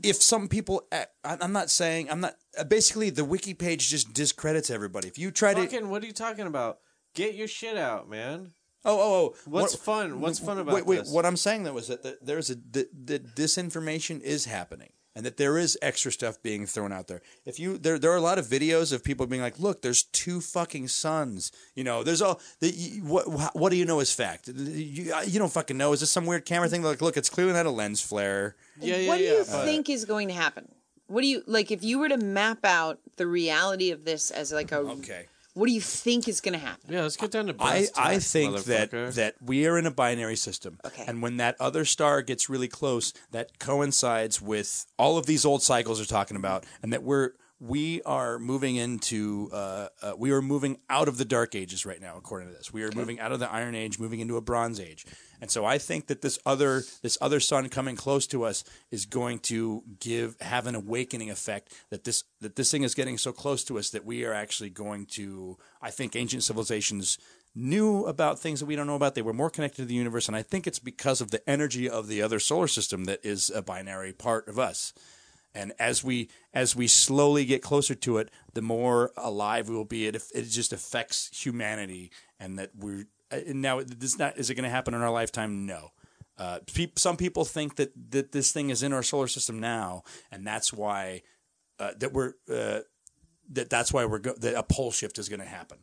B: if some people, I, I'm not saying I'm not. Uh, basically, the wiki page just discredits everybody. If you try to,
A: Fucking, what are you talking about? Get your shit out, man.
B: oh oh oh,
A: What's
B: what-
A: fun? What's fun about
B: wait, wait,
A: this?
B: What I'm saying though is that th- there's a th- that disinformation is happening, and that there is extra stuff being thrown out there. If you there, there are a lot of videos of people being like, "Look, there's two fucking suns." You know, there's all the, you, what wha- what do you know is fact? You, you don't fucking know. Is this some weird camera thing? Like, look, it's clearly not a lens flare.
A: yeah, yeah,
C: what do
A: yeah.
C: you
A: but-
C: think is going to happen? What do you like if you were to map out the reality of this as like a
B: Okay.
C: What do you think is going to happen?
A: yeah, let's get down to
B: I,
A: brass
B: I
A: tacks,
B: think that
A: motherfucker.
B: that we are in a binary system.
C: Okay.
B: And when that other star gets really close, that coincides with all of these old cycles are talking about, and that we're we are moving into uh, uh, we are moving out of the dark ages right now according to this we are moving out of the iron age moving into a bronze age and so i think that this other this other sun coming close to us is going to give have an awakening effect that this that this thing is getting so close to us that we are actually going to i think ancient civilizations knew about things that we don't know about. They were more connected to the universe, and I think it's because of the energy of the other solar system that is a binary part of us. And as we as we slowly get closer to it, the more alive we will be. It it just affects humanity, and that we're and now this not is it going to happen in our lifetime? No. Uh, pe- some people think that that this thing is in our solar system now, and that's why uh, that we're uh, that that's why we're go- that a pole shift is going to happen,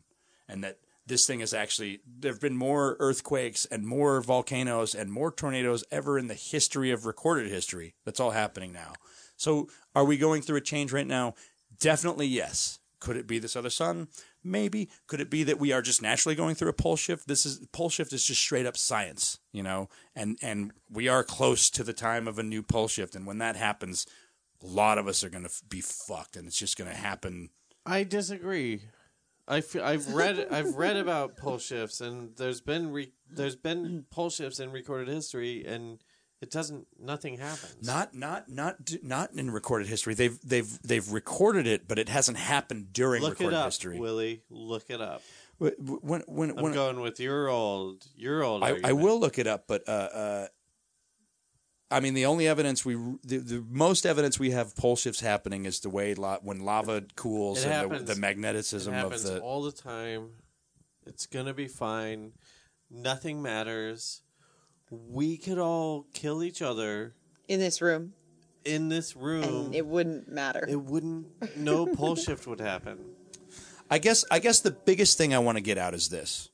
B: and that this thing is actually there have been more earthquakes and more volcanoes and more tornadoes ever in the history of recorded history. That's all happening now. So are we going through a change right now? Definitely yes. Could it be this other sun? Maybe. Could it be that we are just naturally going through a pole shift? This is pole shift is just straight up science, you know, and and we are close to the time of a new pole shift, and when that happens, a lot of us are going to f- be fucked, and it's just going to happen.
A: I disagree. I feel, I've read I've read about pole shifts and there's been re, there's been pole shifts in recorded history and it doesn't nothing happens.
B: Not not not d- not in recorded history. They've they've they've recorded it, but it hasn't happened during
A: Look it
B: recorded
A: up,
B: history.
A: Willie. Look it up.
B: Wh- wh- When when
A: I'm
B: when
A: going with your old, your old.
B: I, I
A: argument.
B: will look it up, but uh, uh, I mean, the only evidence we, the, the most evidence we have pole shifts happening is the way la- when lava cools
A: It
B: and
A: happens.
B: the, the
A: It
B: magneticism of
A: happens
B: the.
A: all the time. It's gonna be fine. Nothing matters. We could all kill each other
C: in this room,
A: in this room.
C: and Um, it wouldn't matter.
A: it wouldn't. No pole shift would happen.
B: I guess I guess the biggest thing I want to get out is this.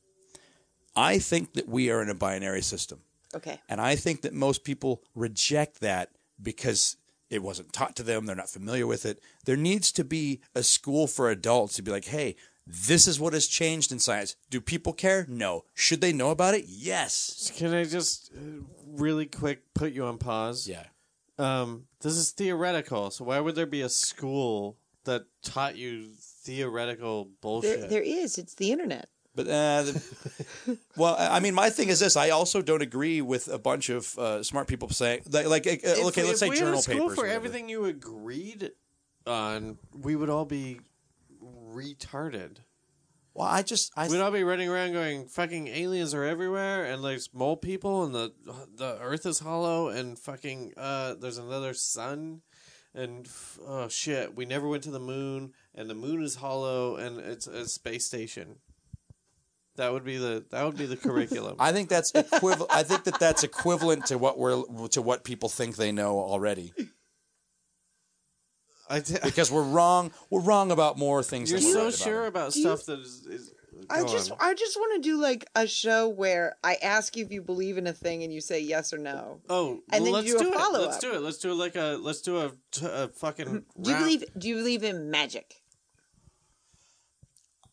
B: I think that we are in a binary system,
C: okay.
B: and I think that most people reject that because it wasn't taught to them. They're not familiar with it. There needs to be a school for adults to be like, hey. This is what has changed in science. Do people care? No. Should they know about it? Yes.
A: Can I just uh, really quick put you on pause?
B: Yeah.
A: Um, this is theoretical, so why would there be a school that taught you theoretical bullshit?
C: There, there is. It's the internet.
B: But uh, the- well, I I mean, my thing is this: I also don't agree with a bunch of uh, smart people saying, like, like uh,
A: If-
B: okay, let's
A: if
B: say
A: we
B: journal
A: had a school
B: papers. or
A: for
B: whatever.
A: everything you agreed on, we would all be retarded.
B: Well, I just, I,
A: We'd all be running around going, "Fucking aliens are everywhere," and there's mole people, and the the Earth is hollow, and fucking uh, there's another sun, and f- oh shit, we never went to the moon, and the moon is hollow, and it's a space station. That would be the that would be the curriculum.
B: I think that's equivalent. I think that that's equivalent to what we're to what people think they know already,
A: I t-
B: because we're wrong. We're wrong about more things.
A: you're
B: than we're
A: so
B: right
A: sure
B: About.
A: about
C: Do you-
A: stuff that is. is
C: I
A: go
C: just
A: on.
C: I just want to do like a show where I ask you if you believe in a thing and you say yes or no.
A: Oh, well,
C: And then
A: let's
C: you do a
A: do, it. Let's
C: follow-up.
A: do it. Let's do it like a let's do a, t- a fucking.
C: Do you
A: round-
C: believe do you believe in magic?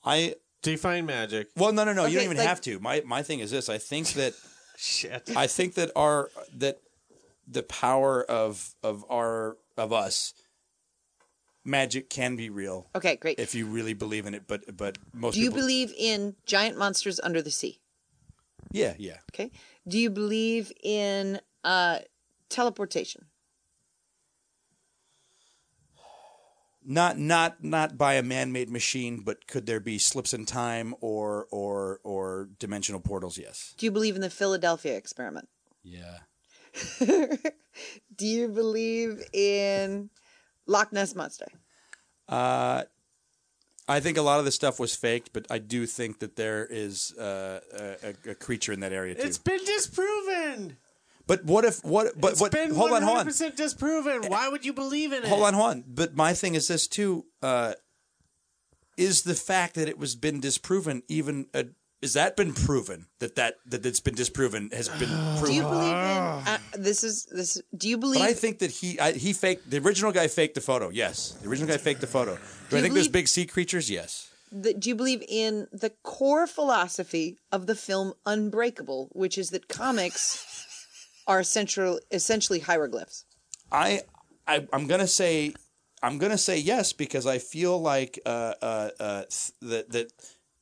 B: I
A: define magic?
B: well, no, no, no. you don't
C: Okay,
B: even
C: like-
B: have to. My my thing is this: I think that.
A: Shit.
B: I think that our that the power of of our of us magic can be real
C: Okay, great.
B: if you really believe in it. But but most
C: do you
B: people-
C: believe in giant monsters under the sea?
B: Yeah, yeah.
C: Okay. Do you believe in uh teleportation?
B: Not not not by a man made machine, but could there be slips in time or or or dimensional portals? Yes.
C: Do you believe in the Philadelphia experiment?
B: Yeah.
C: Do you believe in Loch Ness monster?
B: Uh, I think a lot of the stuff was faked, but I do think that there is uh, a, a- a creature in that area too.
A: It's been disproven.
B: but what if what? But
A: It's
B: what?
A: been
B: Hold on, hold on.
A: 100% disproven. Why would you believe in it?
B: hold on, hold on. But my thing is this too: uh, is the fact that it was been disproven even a, is that been proven that that that it's been disproven has been proven?
C: Do you believe in uh, this is this do you
B: Ah. but
C: believe
B: I think that he I, he faked the original guy faked the photo. Yes, the original guy faked the photo. Do, I
C: you
B: think there's
C: believe-
B: big sea creatures? Yes.
C: the, do you believe in the core philosophy of the film Unbreakable, which is that comics are central, essentially hieroglyphs?
B: I, I I'm gonna say I'm gonna say yes because I feel like uh, uh, uh, th- that that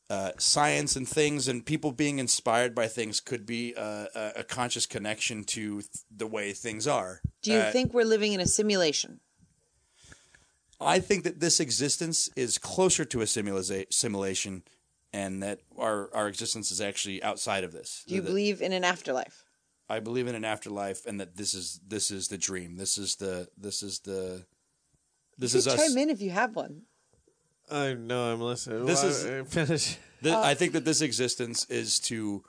B: uh, science and things and people being inspired by things could be uh, a, a conscious connection to th- the way things are.
C: Do you
B: Uh,
C: think we're living in a simulation?
B: I think that this existence is closer to a simula- simulation, and that our our existence is actually outside of this.
C: Do you
B: That-
C: believe in an afterlife?
B: I believe in an afterlife, and that this is this is the dream. This is the this is the this
C: You
B: is us.
C: chime in if you have one.
A: I know. I'm listening.
B: This
A: Why-
B: is-
A: finish.
B: Th- I think that this existence is to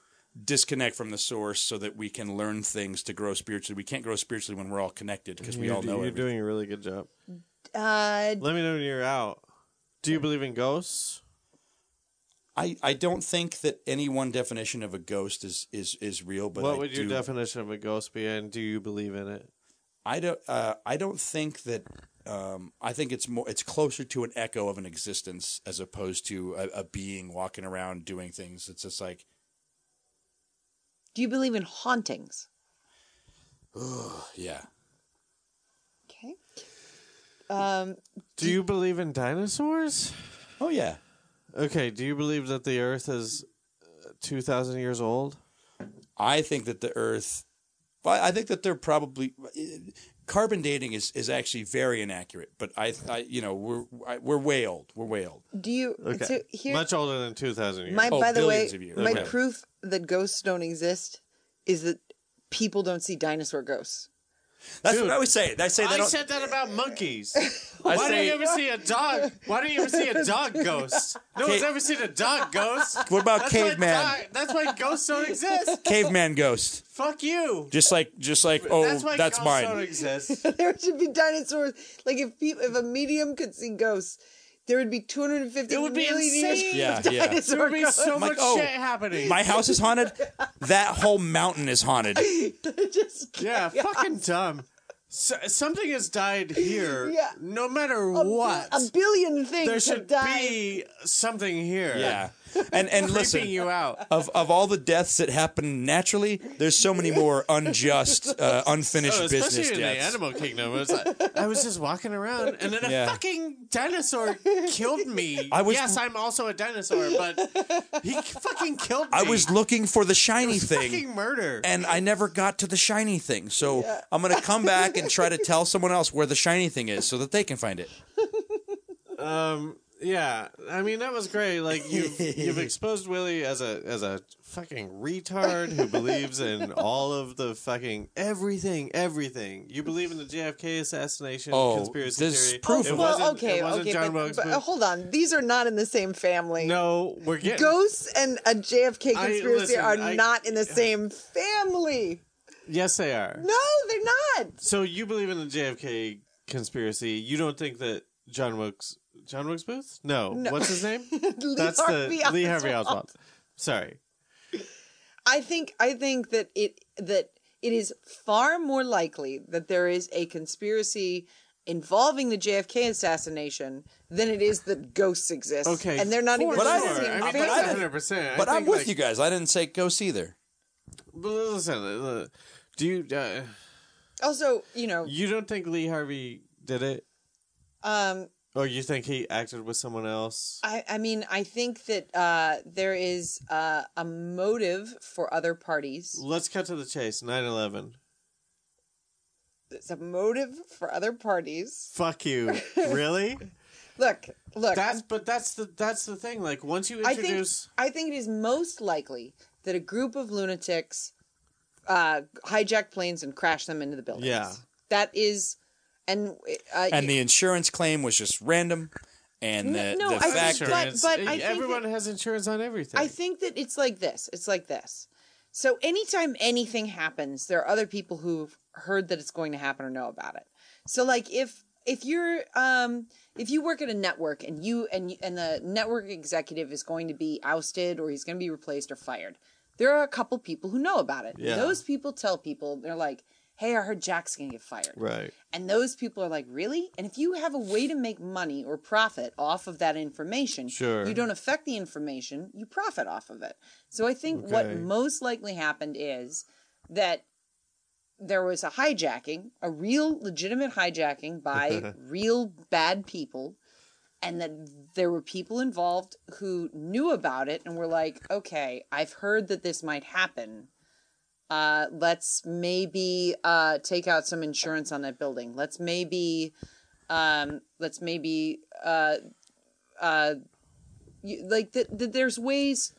B: disconnect from the source so that we can learn things to grow spiritually. We can't grow spiritually when we're all connected because we
A: You're-
B: all know
A: You're
B: everything.
A: doing a really good job.
C: Uh,
A: Let me know when you're out. Do you believe in ghosts?
B: I, I don't think that any one definition of a ghost is is, is real, but
A: what
B: I
A: would your
B: do-
A: definition of a ghost be, and do you believe in it?
B: I don't uh, I don't think that um, I think it's more it's closer to an echo of an existence as opposed to a, a being walking around doing things. It's just like
C: do you believe in hauntings?
B: yeah.
C: Okay. Um,
A: Do you believe in dinosaurs?
B: Oh yeah.
A: Okay. Do you believe that the Earth is uh, two thousand years old?
B: I think that the Earth. I I think that they're probably carbon dating is, is actually very inaccurate, but I, I you know, we're I, we're way old. We're way old.
C: Do you?
F: Okay.
C: So here,
F: Much older than 2,000 years.
C: my
B: Oh,
C: by the way,
B: billions of years.
C: my
B: Okay.
C: proof that ghosts don't exist is that people don't see dinosaur ghosts.
B: That's what I always say. I say they
A: I
B: don't.
A: said that about monkeys. Why
B: I
A: do
B: say-
A: you ever see a dog? Why do you ever see a dog ghost? No one's
B: Ca-
A: ever seen a dog ghost.
B: what about
A: That's why
B: caveman?
A: dog- that's why ghosts don't exist.
B: Caveman ghost.
A: Fuck you.
B: Just like just like oh,
A: that's
B: that's,
A: why ghosts don't
B: mine.
A: exist.
C: there should be dinosaurs. Like if people, if a medium could see ghosts, there would be 250
A: It would be
C: million
A: insane.
C: years.
B: Yeah,
C: of
B: yeah.
A: There
C: dinosaur
A: would be
C: ghosts.
A: so
B: Like,
A: much
B: oh,
A: shit happening.
B: My house is haunted. That whole mountain is haunted.
C: Just
A: yeah, fucking dumb. So, something has died here.
C: Yeah.
A: No matter
C: a,
A: what,
C: a billion things
A: there
C: have
A: should
C: died.
A: be something here.
B: Yeah. And and
A: Creeping
B: listen,
A: you out.
B: of of all the deaths that happen naturally, there's so many more unjust, uh, unfinished
A: Oh,
B: business
A: especially in
B: deaths.
A: the animal kingdom. It's like, I was just walking around, and then a
B: Yeah.
A: fucking dinosaur killed me.
B: I was-
A: yes, I'm also a dinosaur, but he fucking killed me.
B: I was looking for the shiny thing.
A: fucking murder.
B: And I never got to the shiny thing, so I'm gonna come back and try to tell someone else where the shiny thing is, so that they can find it.
A: Um, yeah, I mean that was great. Like you've you've exposed Willie as a as a fucking retard who believes in all of the fucking everything, everything. You believe in the JFK assassination
B: Oh,
A: conspiracy
B: this
A: theory.
B: proof of-
A: it
B: Well,
A: wasn't,
C: Well, okay,
A: it wasn't
C: okay,
A: John
C: but,
A: Wilkes
C: but
A: Booth.
C: hold on. These are not in the same family.
A: No, we're getting
C: Ghosts and a JFK
A: I-
C: conspiracy
A: listen,
C: are
A: I-
C: not in the same family.
A: Yes, they are.
C: No, they're not.
A: So you believe in the JFK conspiracy? You don't think that John Wilkes John Wilkes Booth? No, what's his name?
C: Lee
A: That's
C: Harvey
A: the Lee Harvey
C: Oswald.
A: Oswald. Sorry.
C: I think I think that it that it is far more likely that there is a conspiracy involving the JFK assassination than it is that ghosts exist.
A: Okay,
C: and they're not even
A: for
C: in the
B: sure.
C: same
A: I mean,
B: but
C: family.
B: I didn't-
A: 100%. I
B: But I'm
A: think,
B: with
A: like,
B: you guys. I didn't say ghosts either.
A: But listen, uh, do you uh,
C: also, you know,
A: you don't think Lee Harvey did it,
C: um,
A: or you think he acted with someone else?
C: I, I mean, I think that uh, there is uh, a motive for other parties.
A: Let's cut to the chase. 9-11.
C: There's a motive for other parties.
A: Fuck you. really?
C: Look, look.
A: That's but that's the that's the thing. Like once you
C: I think
A: introduce,
C: I think it is most likely that a group of lunatics uh, hijack planes and crash them into the buildings.
A: Yeah.
C: that is, and uh,
B: And the insurance claim was just random, and the,
C: No,
B: the
C: I think
B: fact
C: but-
B: that
A: insurance.
C: but I
A: eh,
C: think that-
A: everyone has insurance on everything.
C: I think that it's like this. It's like this. So anytime anything happens, there are other people who've heard that it's going to happen or know about it. So like if if you're um if you work at a network and you and you- and the network executive is going to be ousted or he's going to be replaced or fired, there are a couple people who know about it.
A: Yeah.
C: Those people tell people they're like, "Hey, I heard Jack's going to get fired."
A: right.
C: And those people are like, really? And if you have a way to make money or profit off of that information,
A: Sure.
C: you don't affect the information, you profit off of it. So I think what
A: Okay.
C: most likely happened is that there was a hijacking, a real legitimate hijacking by real bad people, and that there were people involved who knew about it and were like, okay, I've heard that this might happen. Uh, let's maybe uh, take out some insurance on that building. Let's maybe, um, let's maybe, uh, uh, you, like that. That there's ways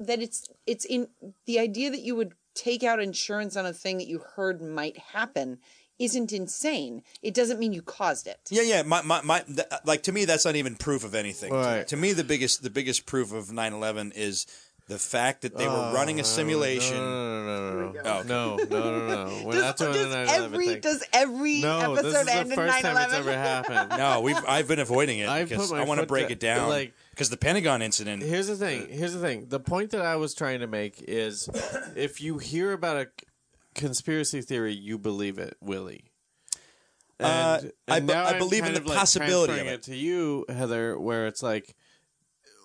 C: that it's it's in the idea that you would take out insurance on a thing that you heard might happen isn't insane. It doesn't mean you caused it.
B: Yeah, yeah. My, my, my th- like to me, that's not even proof of anything. To-
A: Right.
B: To, me, the biggest, the biggest proof of 9-11 is the fact that they were running a simulation.
A: Oh, No, no, no, no,
B: Oh,
A: no,
B: okay.
A: no, no, no, no. We're not doing
C: does
A: an 9/11
C: every
A: thing.
C: does every
A: no,
C: episode
A: this is
C: end
A: the
C: in
A: first time it's
C: 9-11?
A: ever happened.
B: No, we've I've been avoiding it
A: I
B: because
A: put my
B: I want to
A: foot
B: break
A: da-
B: it down.
A: like-
B: because the Pentagon incident.
A: here's the thing. Here's the thing. The point that I was trying to make is, if you hear about a c- conspiracy theory, you believe it, Willie. And,
B: Uh, I be- I
A: I'm
B: believe in
A: kind
B: the
A: like,
B: possibility
A: transferring
B: of
A: it to you, Heather, where it's like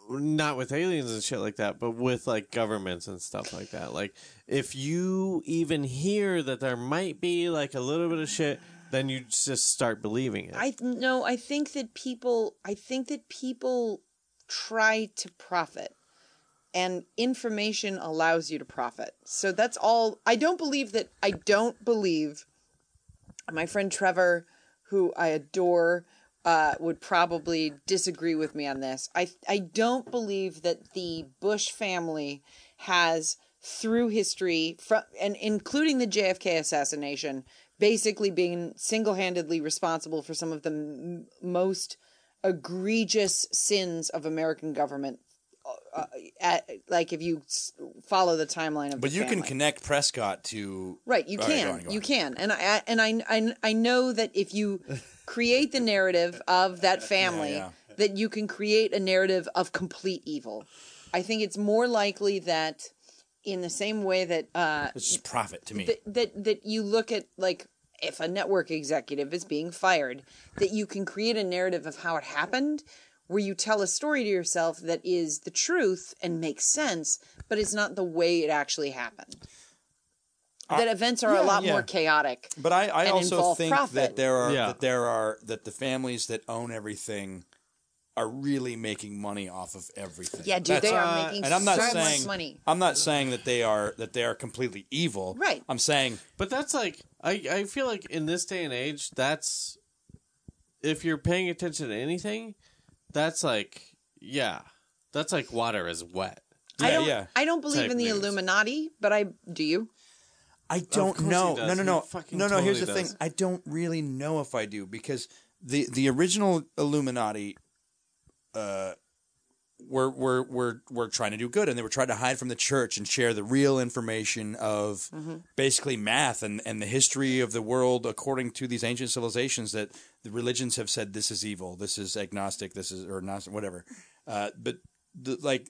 A: not with aliens and shit like that, but with like governments and stuff like that. Like if you even hear that there might be like a little bit of shit, then you just start believing it.
C: I no, I think that people I think that people try to profit and information allows you to profit. So that's all I don't believe that I don't believe my friend Trevor, who I adore, uh, would probably disagree with me on this. I I don't believe that the Bush family has through history from and including the JFK assassination basically being single-handedly responsible for some of the m- most egregious sins of American government uh, at, like if you s- follow the timeline of
B: But
C: the
B: you can
C: family.
B: connect Prescott to
C: Right, you
B: All right,
C: can.
B: go on, go
C: You
B: on.
C: can. And I and I, I I know that if you create the narrative of that family
B: yeah.
C: that you can create a narrative of complete evil. I think it's more likely that in the same way that uh
B: It's just profit to me.
C: that that, that you look at like if a network executive is being fired, that you can create a narrative of how it happened, where you tell a story to yourself that is the truth and makes sense, but it's not the way it actually happened. that events are a lot more chaotic.
B: But I, I
C: and
B: also
C: involve
B: think
C: profit.
B: that there are
G: Yeah.
B: that there are that the families that own everything are really making money off of everything.
C: Yeah, dude, uh, they are making
B: and I'm not
C: so
B: saying
C: much money.
B: I'm not saying that they are that they are completely evil.
C: Right.
B: I'm saying
A: But that's like I, I feel like in this day and age, that's if you're paying attention to anything, that's like yeah. That's like water is wet.
B: yeah,
C: I don't.
B: yeah.
C: I don't believe
A: Type
C: in the
A: news.
C: Illuminati, but I do. You?
B: I don't
A: course he
B: know.
A: does.
B: No, no,
A: He
B: no.
A: fucking
B: No, no. here's the
A: totally does.
B: thing. I don't really know if I do because the the original Illuminati uh, were were were were trying to do good, and they were trying to hide from the church and share the real information of basically math and and the history of the world according to these ancient civilizations that the religions have said this is evil, this is agnostic, this is or gnostic, whatever. Uh, but the, like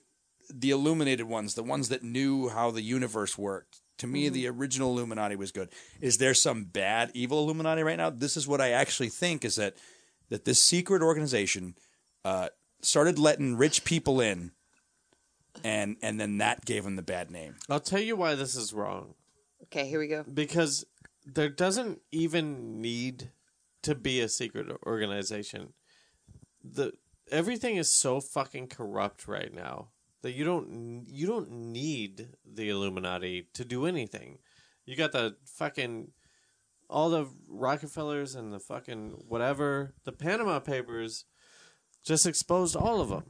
B: the illuminated ones, the ones that knew how the universe worked. To me, the original Illuminati was good. Is there some bad, evil Illuminati right now? This is what I actually think: is that that this secret organization uh, started letting rich people in, and and then that gave them the bad name.
A: I'll tell you why this is wrong.
C: Okay, here we go.
A: Because there doesn't even need to be a secret organization. The everything is so fucking corrupt right now that you don't you don't need the Illuminati to do anything. You got the fucking all the Rockefellers and the fucking whatever, the Panama Papers just exposed all of them.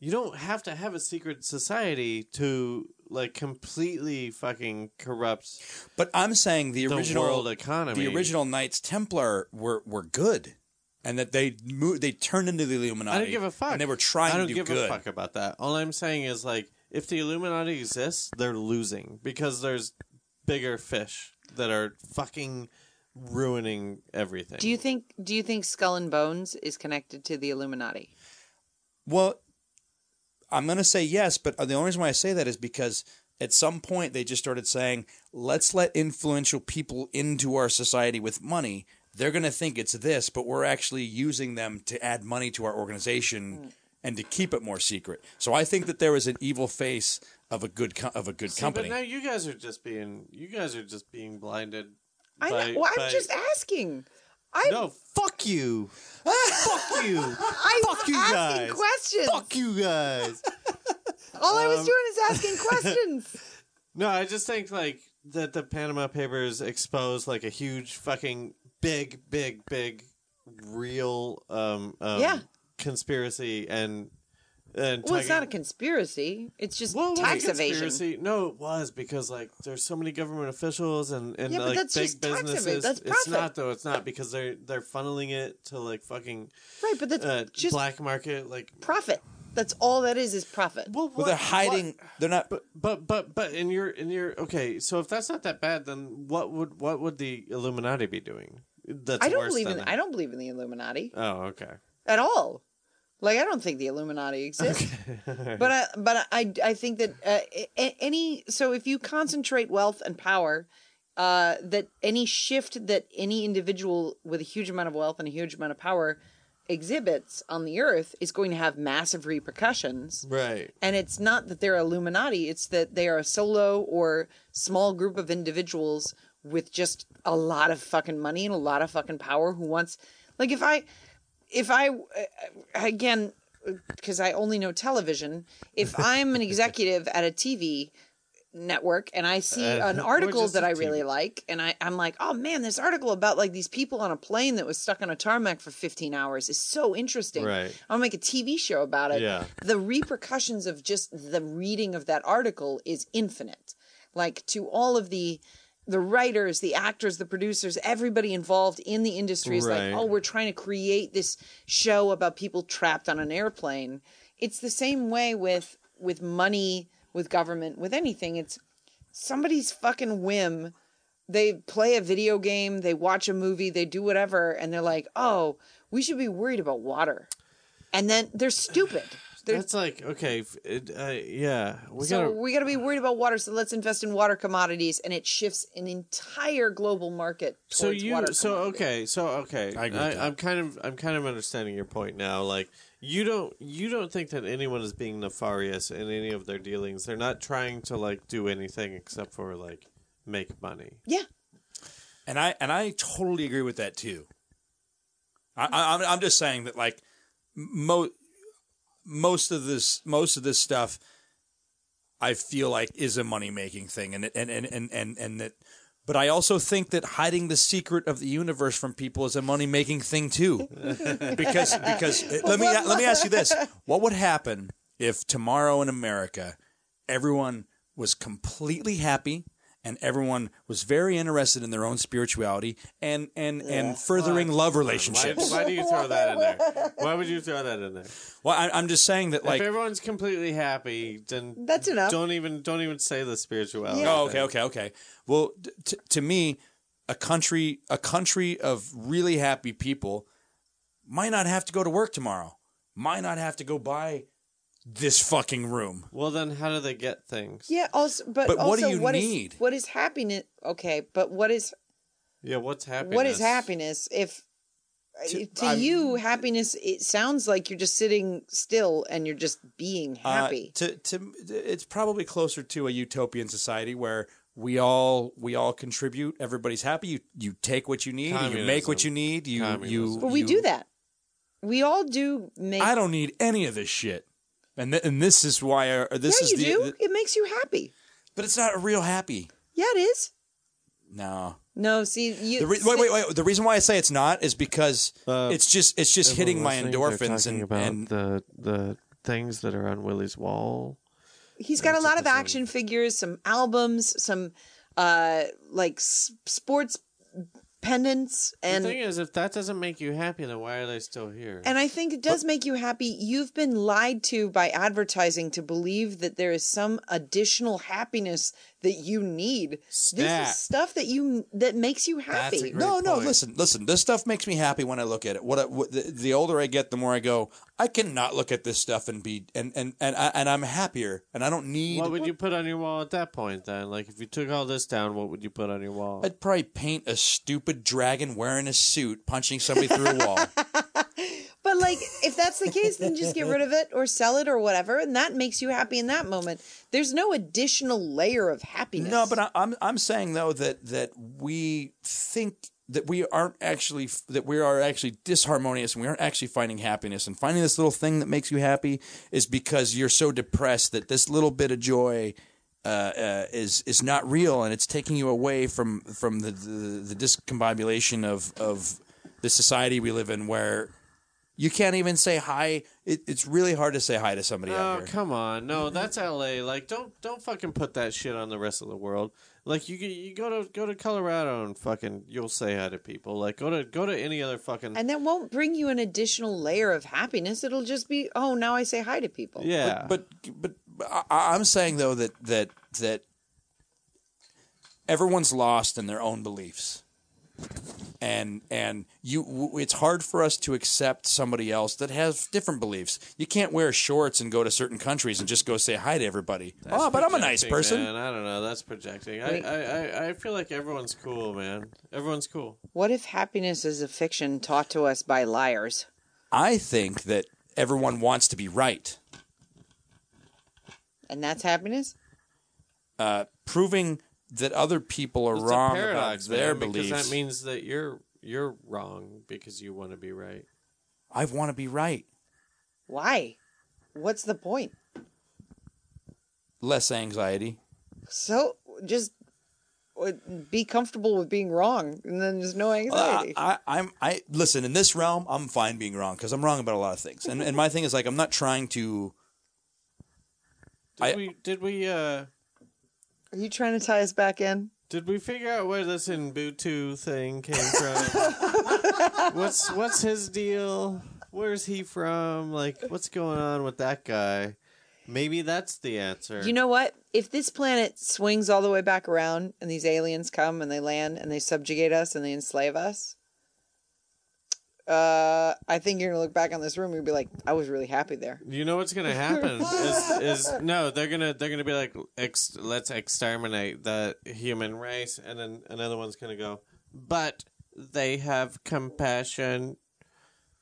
A: You don't have to have a secret society to like completely fucking corrupt
B: But I'm saying the
A: the
B: original
A: world economy.
B: the original Knights Templar were were good, and that they moved, they turned into the Illuminati.
A: I don't give a fuck.
B: And they were trying
A: I don't
B: to do
A: give a
B: good.
A: fuck about that. All I'm saying is like, if the Illuminati exists, they're losing because there's bigger fish that are fucking ruining everything.
C: Do you think? Do you think Skull and Bones is connected to the Illuminati?
B: Well, I'm going to say yes, but uh, the only reason why I say that is because at some point they just started saying, let's let influential people into our society with money. They're going to think it's this, but we're actually using them to add money to our
A: Hmm.
B: organization and to keep it more secret. So I think that there is an evil face of a good co- of a good
A: See,
B: company.
A: But now you guys are just being you guys are just being blinded.
C: I
A: by-
C: know. Well, I'm
A: by-
C: just asking. I'm,
A: no. Fuck you. fuck you.
C: I'm
A: fuck you
C: asking
A: guys.
C: questions.
A: Fuck you guys.
C: All I was doing is asking questions.
A: No, I just think like that the Panama Papers exposed like a huge fucking big, big, big real um, um
C: Yeah.
A: conspiracy and and
C: well, it's
A: tugging-
C: not a conspiracy. It's just
A: Well, it was a
C: tax evasion.
A: conspiracy. No, it was because like there's so many government officials and and
C: Yeah, but
A: like
C: that's
A: big
C: just tax evasion.
A: businesses.
C: That's
A: it's
C: profit.
A: not though. It's not because they're they're funneling it to like fucking
C: Right, but that's
A: uh,
C: just
A: black market like.
C: profit. That's all that is is profit.
A: Well,
B: well, they're hiding. They're not.
A: But but but but in your in your okay, so if that's not that bad, then what would what would the Illuminati be doing? That's
C: I don't
A: worse
C: believe
A: than
C: in.
A: that.
C: I don't believe in the Illuminati.
A: Oh, okay.
C: at all. Like I don't think the Illuminati exists, but I, but I I think that uh, a- a- any so if you concentrate wealth and power, uh, that any shift that any individual with a huge amount of wealth and a huge amount of power exhibits on the earth is going to have massive repercussions.
A: Right.
C: And it's not that they're Illuminati, it's that they are a solo or small group of individuals with just a lot of fucking money and a lot of fucking power who wants like if I if I uh, again because I only know television, if I'm an executive at a TV network and I see
A: Uh,
C: an
A: we're
C: article
A: just
C: that
A: a
C: I really
A: team.
C: like and I, I'm like, oh man, this article about like these people on a plane that was stuck on a tarmac for 15 hours is so interesting.
A: Right.
C: I'll make a TV show about it.
A: Yeah.
C: The repercussions of just the reading of that article is infinite. Like to all of the the writers, the actors, the producers, everybody involved in the industry is
A: Right.
C: like, oh, we're trying to create this show about people trapped on an airplane. It's the same way with with money, with government, with anything. It's somebody's fucking whim. They play a video game, they watch a movie, they do whatever, and they're like, oh, we should be worried about water. And then they're stupid. They're,
A: That's like okay, f- it, uh, yeah. We
C: so
A: gotta
C: we got to be worried about water. So let's invest in water commodities, and it shifts an entire global market.
A: so
C: towards
A: you
C: water
A: so
C: commodities.
A: okay so okay I
B: agree with that.
A: I, am kind of i'm kind of understanding your point now like you don't you don't think that anyone is being nefarious in any of their dealings they're not trying to like do anything except for like make money
C: Yeah,
B: And I and I totally agree with that too. I, I I'm- I'm just saying that like mo- most of this most of this stuff I feel like is a money making thing and, it- and and and and and that but I also think that hiding the secret of the universe from people is a money making thing too. because because eh, let me let me ask you this. What would happen if tomorrow in America everyone was completely happy and everyone was very interested in their own spirituality and and and furthering love
A: why,
B: relationships.
A: why do you throw that in there why would you throw that in there
B: Well, I, I'm just saying that like
A: if everyone's completely happy then
C: That's enough.
A: don't even don't even say the spirituality
B: Oh,
A: thing.
B: okay, okay, okay. Well, t- t- to me, a country a country of really happy people might not have to go to work tomorrow. Might not have to go buy this fucking room.
A: well then how do they get things
C: yeah. Also, but,
B: But
C: also,
B: what do you
C: what is-
B: need?
C: what is happiness? Okay, but what is
A: yeah what's happiness
C: what is happiness if? uh, To,
B: I'm-
C: you, happiness it sounds like you're just sitting still and you're just being
B: Uh,
C: happy.
B: to to it's probably closer to a utopian society where we all we all contribute. Everybody's happy. You you take what you need. You make what
A: Communism.
B: you need. You you.
A: Communism.
C: but we
B: you-
C: do that. We all do make.
B: I don't need any of this shit. And th- and this is why. I, or this
C: yeah,
B: is
C: you
B: the, uh,
C: do.
B: the-
C: it makes you happy.
B: But it's not a real happy.
C: Yeah, it is.
B: No.
C: No, see, you
B: The re- wait, wait, wait. The reason why I say it's not is because
A: Uh,
B: it's just it's just hitting my endorphins and,
A: about
B: and
A: the the things that are on Willie's wall
C: He's got a lot of action figures, some albums, some uh like s- sports pendants and
A: the thing is, if that doesn't make you happy, then why are they still here?
C: and I think it does make you happy. You've been lied to by advertising to believe that there is some additional happiness that you need. This
A: Snap.
C: is stuff that you that makes you happy.
A: a great-
B: no, no.
A: point.
B: Listen, listen. This stuff makes me happy when I look at it. What, I, what the, the older I get, the more I go. I cannot look at this stuff and be and and and, I, and I'm happier and I don't need.
A: what would you put on your wall at that point then? Like, if you took all this down, what would you put on your wall?
B: I'd probably paint a stupid dragon wearing a suit punching somebody through a wall.
C: But like, if that's the case, then just get rid of it or sell it or whatever, and that makes you happy in that moment. There's no additional layer of happiness.
B: No, but I, I'm I'm saying though that that we think that we aren't actually that we are actually disharmonious and we aren't actually finding happiness and finding this little thing that makes you happy is because you're so depressed that this little bit of joy uh, uh, is is not real and it's taking you away from from the the, the discombobulation of of the society we live in where. You can't even say hi. It, it's really hard to say hi to somebody out
A: Oh
B: here. Mm-hmm.
A: come on! No, that's L.A. Like, don't don't fucking put that shit on the rest of the world. Like, you g- you go to go to Colorado and fucking you'll say hi to people. Like, go to go to any other fucking
C: and that won't bring you an additional layer of happiness. It'll just be, oh, now I say hi to people.
A: yeah.
B: but but I, I'm saying though that that that everyone's lost in their own beliefs, and and you w- it's hard for us to accept somebody else that has different beliefs. You can't wear shorts and go to certain countries and just go say hi to everybody. oh, but I'm a nice
A: Projecting,
B: person.
A: Man. I don't know. That's projecting. I,
C: Wait.
A: I, I, I feel like everyone's cool, man. Everyone's cool.
C: What if happiness is a fiction taught to us by liars?
B: I think that everyone wants to be right.
C: And that's happiness?
B: Uh, proving that other people are
A: It's
B: wrong
A: a paradox,
B: about their
A: man,
B: beliefs.
A: because that means that you're you're wrong because you want to be right.
B: I want to be right.
C: Why? What's the point?
B: Less anxiety.
C: so just uh, be comfortable with being wrong, and then there's no
B: Well,
C: anxiety.
B: Uh, I, I, I'm I listen in this realm. I'm fine being wrong because I'm wrong about a lot of things. And and my thing is like I'm not trying to.
A: Did
B: I-
A: we did we uh
C: Are you trying to tie us back in?
A: did we figure out where this Ubuntu thing came from? what's what's his deal? Where's he from? Like what's going on with that guy? Maybe that's the answer.
C: You know what? If this planet swings all the way back around and these aliens come and they land and they subjugate us and they enslave us, uh, I think you're going to look back on this room and you'll be like, I was really happy there.
A: You know what's gonna happen is, is no, they're gonna they're gonna be like, ex, let's exterminate the human race, and then another one's gonna go, but they have compassion,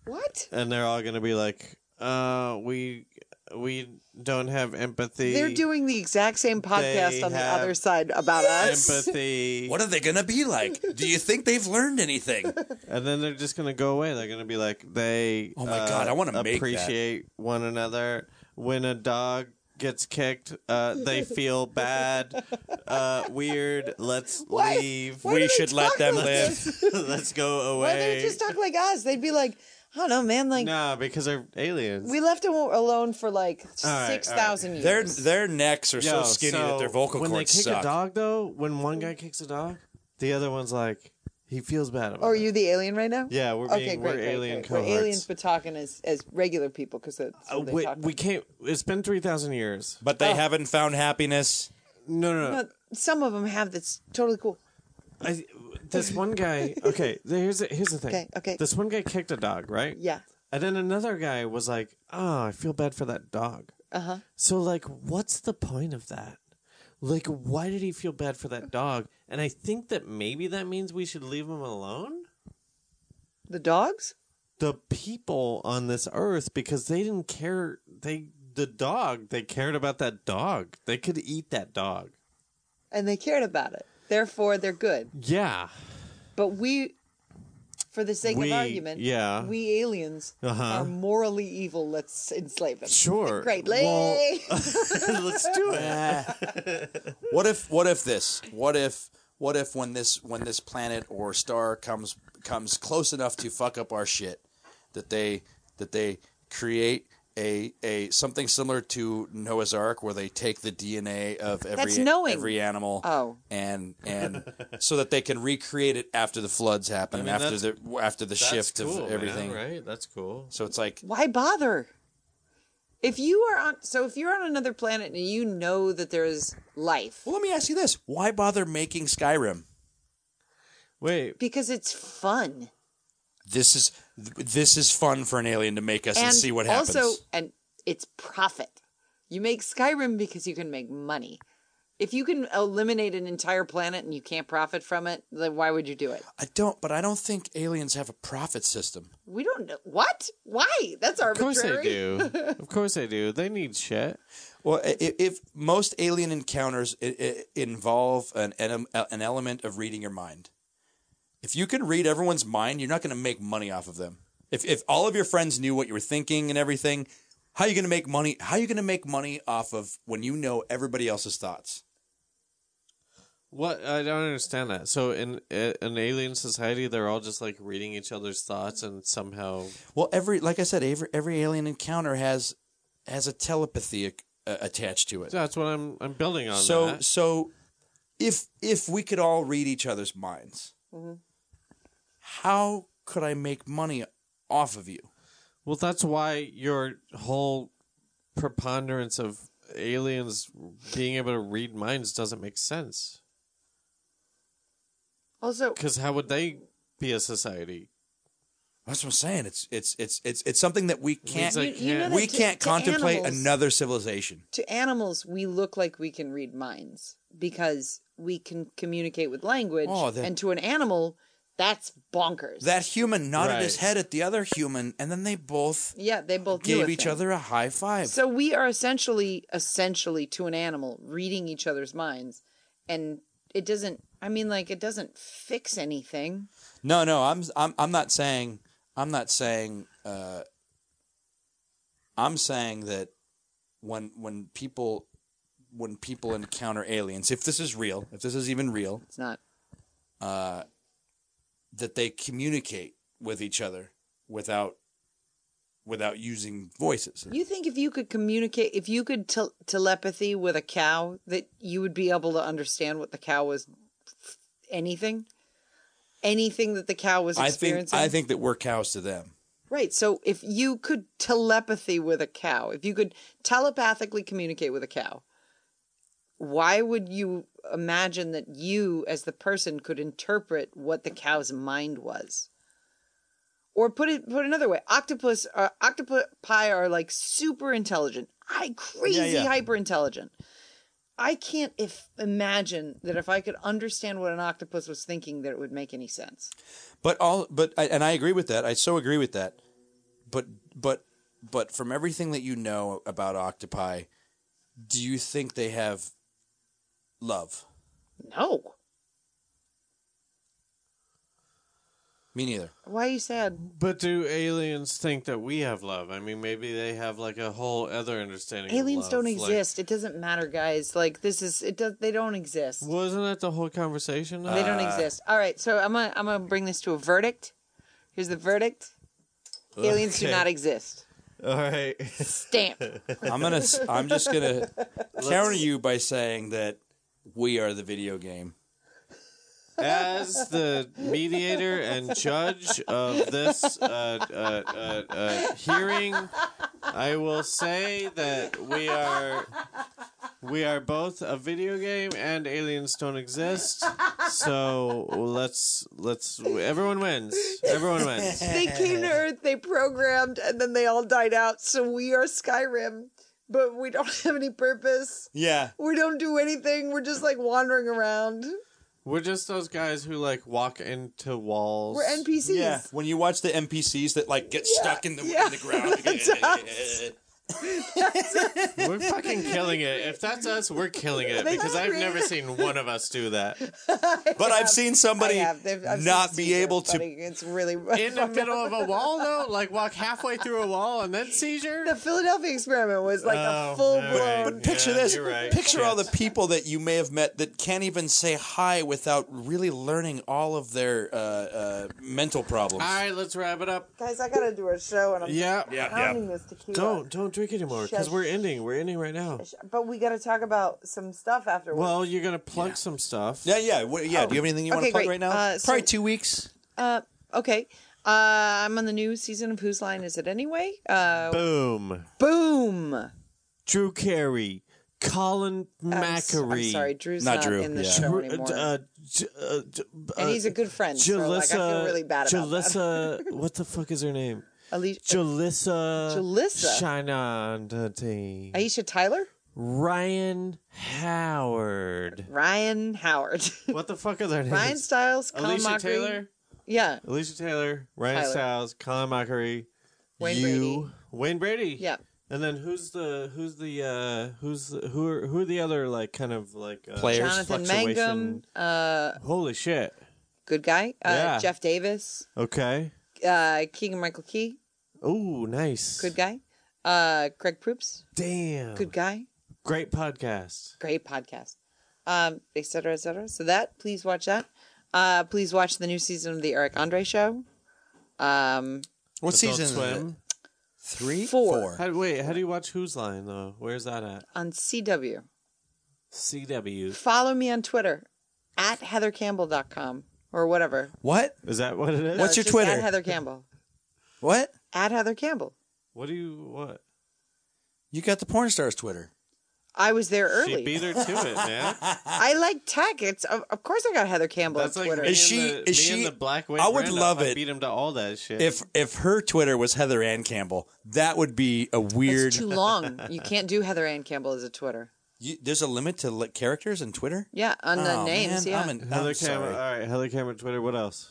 C: What?
A: and they're all gonna be like, uh, we we don't have empathy.
C: They're doing the exact same
A: They
C: podcast on the
A: have
C: other side about us.
A: empathy,
B: What are they gonna be like? Do you think they've learned anything?
A: and then they're just gonna go away. They're gonna be like, they uh,
B: Oh my God, I wanna make that.
A: appreciate one another when a dog. Gets kicked. Uh, they feel bad, uh, weird. Let's
C: Why-
A: leave.
C: why do
B: we
C: they
B: should let
C: talk
B: them
C: like
B: live.
C: this?
A: Let's go
C: Why don't
A: away.
C: they just talk like us? They'd be like, I don't know, man. Like,
A: no, because they're aliens.
C: we left them alone for like
A: right,
C: 6,000
B: Their
C: years.
B: their necks are so
A: Yo,
B: skinny that their vocal
A: when
B: cords
A: they kick
B: suck.
A: a dog, though, when one guy kicks a dog, the other one's like, he feels bad about
C: Oh, are
A: it.
C: you the alien right now?
A: Yeah, we're being we're alien cohorts.
C: We're aliens, but talking as, as regular people because that's
A: Uh,
C: what they
A: we,
C: talk
A: we
C: about.
A: can't. It's been three thousand years.
B: but they haven't found happiness.
A: No, no, no.
C: But some of them have that's totally cool.
A: I, this one guy. Okay, here's the, here's the thing.
C: Okay, okay.
A: This one guy kicked a dog, right?
C: Yeah.
A: And then another guy was like, "Oh, I feel bad for that dog."
C: Uh huh.
A: So, like, what's the point of that? Like, why did he feel bad for that dog? And I think that maybe that means we should leave him alone.
C: The dogs?
A: The people on this earth, because they didn't care. They the dog. They cared about that dog. They could eat that dog.
C: And they cared about it. Therefore, they're good.
A: Yeah.
C: But we, for the sake
A: We-
C: of argument,
A: yeah.
C: we aliens
A: Uh-huh.
C: are morally evil. Let's enslave them.
A: Sure.
C: Great.
A: Well,
C: lay.
A: let's do it.
B: What if what if this? What if what if when this when this planet or star comes comes close enough to fuck up our shit that they that they create a a something similar to Noah's Ark where they take the DNA of every
C: That's knowing.
B: every animal
C: Oh.
B: and and so that they can recreate it after the floods happen
A: mean,
B: after the
A: that's-
B: after the shift of everything.
A: right? That's cool.
B: So it's like
C: Why bother? If you are on, so if you're on another planet and you know that there is life,
B: well let me ask you this. Why bother making Skyrim?
A: Wait,
C: because it's fun.
B: This is this is fun for an alien to make us and, see what happens.
C: Also, and it's profit. You make Skyrim because you can make money. If you can eliminate an entire planet and you can't profit from it, then why would you do it?
B: I don't, but I don't think aliens have a profit system.
C: We don't know what. Why? That's
A: of course
C: arbitrary.
A: they do. of course they do. They need shit.
B: Well, if, if most alien encounters i i involve an enem- an element of reading your mind, if you can read everyone's mind, you're not going to make money off of them. If if all of your friends knew what you were thinking and everything, how are you going to make money? How are you going to make money off of when you know everybody else's thoughts?
A: What I don't understand that. So in uh, an alien society, they're all just like reading each other's thoughts and somehow.
B: Well, every like I said, every every alien encounter has has a telepathy uh, attached to it.
A: That's what I'm I'm building on.
B: so
A: that.
B: so if if we could all read each other's minds
C: Mm-hmm.
B: how could i make money off of you
A: well, that's why your whole preponderance of aliens being able to read minds doesn't make sense.
C: Also,
A: Because how would they be a society?
B: that's what i'm saying it's it's it's it's, it's something that we can't
A: like,
C: you know
A: yeah.
C: that
B: we
C: to-
B: can't
C: to
B: contemplate
C: animals-
B: another civilization
C: to animals, we look like we can read minds because we can communicate with language.
B: Oh, that-
C: And to an animal, that's bonkers.
B: that human nodded
A: Right.
B: his head at the other human and then they both
C: yeah, they both knew
B: gave
C: a
B: each
C: thing.
B: other a high five
C: So we are essentially, essentially to an animal, reading each other's minds, and it doesn't. I mean, like it doesn't fix anything.
B: No, no, I'm I'm I'm not saying I'm not saying uh, I'm saying that when when people when people encounter aliens, if this is real, if this is even real, uh,
C: It's not.
B: that they communicate with each other without without using voices.
C: You think if you could communicate, if you could tel telepathy with a cow, that you would be able to understand what the cow was, anything, anything that the cow was
B: I think
C: experiencing.
B: I think that we're cows to them.
C: right. So if you could telepathy with a cow, if you could telepathically communicate with a cow, why would you imagine that you, as the person, could interpret what the cow's mind was? Or put it put another way, octopus uh, octopi are like super intelligent. I crazy hyper intelligent. I can't if imagine that if I could understand what an octopus was thinking, that it would make any sense.
B: But all but I- and I agree with that. I so agree with that. But but but from everything that you know about octopi, do you think they have love?
C: No,
B: Me neither.
C: why are you sad?
A: But do aliens think that we have love? I mean, maybe they have like a whole other understanding. of
C: Aliens
A: love,
C: don't
A: like-
C: exist. it doesn't matter, guys. Like this is it does they don't exist.
A: wasn't that the whole conversation?
C: They don't exist. All right, so I'm gonna I'm gonna bring this to a verdict. Here's the verdict: aliens do
A: Okay.
C: not exist.
A: All right.
C: Stamp.
B: I'm gonna. s- I'm just gonna counter you by saying that we are the video game.
A: As the mediator and judge of this uh, uh, uh, uh, hearing, I will say that we are we are both a video game and aliens don't exist. So let's let's everyone wins. Everyone wins.
C: they came to Earth, they programmed, and then they all died out. So we are Skyrim, but we don't have any purpose.
B: Yeah.
C: We don't do anything. We're just like wandering around.
A: We're just those guys who like walk into walls.
C: We're NPCs.
B: Yeah. When you watch the NPCs that like get stuck in the in the ground.
A: We're fucking killing it. If that's us, we're killing it because I've never seen one of us do that.
B: but I've seen somebody not be able to.
C: It's really
A: In the middle of a wall, though, like walk halfway through a wall and then
C: The
A: seizure.
C: Philadelphia experiment was like
A: Oh,
C: a full
A: no,
C: blown.
A: right.
B: But picture
A: Yeah,
B: this.
A: you're right.
B: Picture all the people that you may have met that can't even say hi without really learning all of their uh, uh, mental problems.
A: All right, let's wrap it up.
C: Guys, I gotta do a show, and I'm
A: Yeah.
C: pounding this tequila.
A: Don't don't drink anymore because
C: Shush.
A: we're ending. We're ending right now.
C: But we gotta talk about some stuff afterwards.
A: Well, you're gonna plug some stuff.
B: yeah, yeah, wha- yeah. Do you have anything you want
C: Oh, Okay,
B: to plug
C: great.
B: right now?
C: Uh, so-
B: Probably two weeks.
C: uh, okay. Uh, I'm on the new season of Whose Line Is It Anyway? Uh,
A: Boom.
C: boom.
A: Drew Carey, Colin
C: I'm s-
A: Mackery.
C: I'm sorry, Drew's
B: Not
C: not,
B: Drew,
C: in the
B: yeah.
C: show anymore.
A: Uh, j- uh, j-
C: and
A: uh,
C: he's a good friend. so like, I
A: Jalissa-
C: feel really bad about that.
A: Jalissa, what the fuck is her name?
C: Alicia,
A: Jalissa.
C: Jalissa?
A: Shinandati.
C: Aisha Tyler?
A: Ryan Howard.
C: Ryan Howard.
A: What the fuck are their names?
C: Ryan Styles, Colin
A: Alicia
C: Mockery.
A: Taylor.
C: Yeah.
A: Alicia Taylor. Ryan
C: Tyler.
A: Styles. Colin Mockery.
C: Wayne
A: you. Wayne Brady.
C: Yeah.
A: And then who's the who's the uh who's the, who are who are the other like kind of like uh,
B: Players.
C: Jonathan Mangum.
A: fluctuation-
C: Uh,
A: Holy shit.
C: good guy. Uh,
A: Yeah.
C: Jeff Davis.
A: Okay.
C: Uh, Keegan Michael Key.
A: Oh, nice.
C: Good guy. Uh, Craig Proops.
A: Damn.
B: Oh.
C: Good guy.
A: Great podcast.
C: great podcast, um, et cetera, et cetera. So that, please watch that. Uh, please watch the new season of the Eric Andre Show. Um,
B: What
A: Adult
B: season? is
A: Swim.
B: it? Three,
C: Four.
A: How, wait, how do you watch Who's Line though? Where's that at?
C: on CW.
A: CW.
C: Follow me on Twitter at heathercampbell.com or whatever.
B: What?
A: Is that what it is?
C: No,
B: What's
C: it's
B: your
C: just
B: Twitter?
C: At Heather Campbell.
B: What?
C: At Heather Campbell.
A: What do you what?
B: You got the porn stars Twitter.
C: I was there
A: She beat
C: early.
A: her to it, man.
C: I like tech. It's of, of course I got Heather Campbell
A: That's
C: on
A: like
C: Twitter.
A: me
B: Is
A: and The,
B: she- is
A: me and
B: she-
A: the black Wayne
B: I would
A: Randolph.
B: love
A: I
B: it
A: beat him to all that shit.
B: If if her Twitter was Heather Ann Campbell, that would be a weird.
C: It's too long. You can't do Heather Ann Campbell as a Twitter.
B: You, there's a limit to li- characters in Twitter.
C: Yeah, on the
B: Oh,
C: names.
B: man,
C: yeah.
B: I'm an-
A: Heather uh, Cameron,
B: I'm sorry.
A: all right, Heather Cameron Twitter. What else?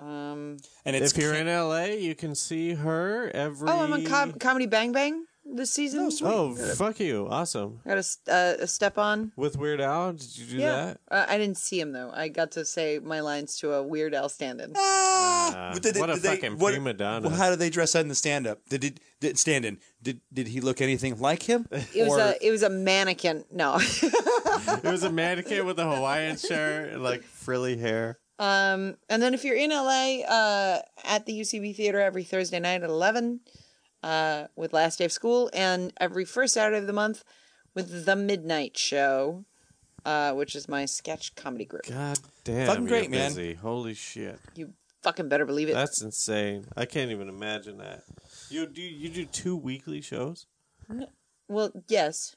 C: um,
B: and it's
A: if you're in LA, you can see her every.
C: oh, I'm on com- Comedy Bang Bang this season.
A: Oh, fuck you. Awesome.
C: I got a, s- uh, a step on.
A: With Weird Al, did you do
C: Yeah,
A: that?
C: uh, I didn't see him though. I got to say my lines to a Weird Al stand-in.
B: Ah!
A: Uh,
B: But did-
A: what a
B: did they-
A: fucking prima donna.
B: Well, how did they dress that in the stand up? Did, did, did stand in? Did did he look anything like him?
C: It was
B: Or-
C: a it was a mannequin. No,
A: It was a mannequin with a Hawaiian shirt and like frilly hair.
C: Um, and then if you're in LA, uh, at the UCB Theater every Thursday night at 11, uh, with Last Day of School, and every first Saturday of the month with The Midnight Show, uh, which is my sketch comedy group.
A: God damn.
B: Fucking great,
A: you're
B: man.
A: busy. Holy shit.
C: You fucking better believe it.
A: That's insane. I can't even imagine that. You do you do two weekly shows?
C: well, yes.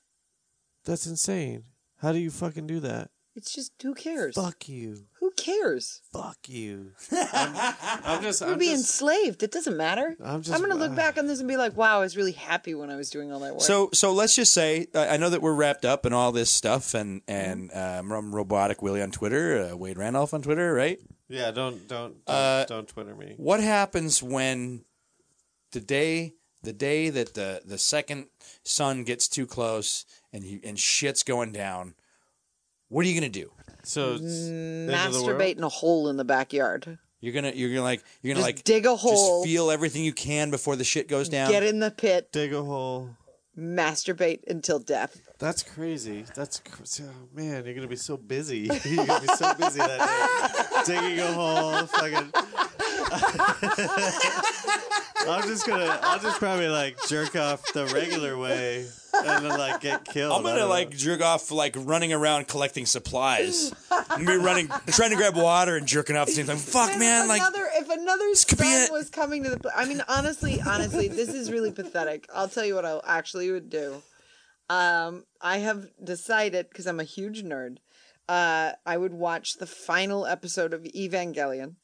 A: That's insane. How do you fucking do that?
C: It's just who cares?
A: Fuck you.
C: Who cares?
A: Fuck you. I'm, I'm just
C: We're
A: I'm
C: being
A: just,
C: enslaved. It doesn't matter.
A: I'm just- uh,
C: gonna look back on this and be like, wow, I was really happy when I was doing all that work.
B: So so let's just say I I know that we're wrapped up in all this stuff and and
A: Mm-hmm.
B: um, I'm robotic Willie on Twitter, uh, Wade Randolph on Twitter, right?
A: Yeah, don't don't don't, don't Twitter me.
B: What happens when the day the day that the the second sun gets too close and you, and shit's going down? What are you gonna do?
A: So it's end of the world?
C: masturbate in a hole in the backyard.
B: You're gonna you're gonna like you're gonna
C: Just
B: like
C: dig a hole.
B: Just feel everything you can before the shit goes down.
C: Get in the pit.
A: dig a hole.
C: masturbate until death.
A: That's crazy. That's cr- oh, man. You're gonna be so busy. You're gonna be so busy that day, digging a hole. Fucking. I'm just gonna. I'll just probably like jerk off the regular way and then like get killed.
B: I'm
A: I
B: gonna
A: don't
B: like jerk off like running around collecting supplies. I'm gonna be running, trying to grab water and jerking off at the same time. Fuck,
C: If
B: man! Like,
C: another, if another
B: could be
C: son
B: it.
C: was coming to the, pl- I mean, honestly, honestly, this is really pathetic. I'll tell you what I actually would do. Um, I have decided because I'm a huge nerd. Uh, I would watch the final episode of Evangelion,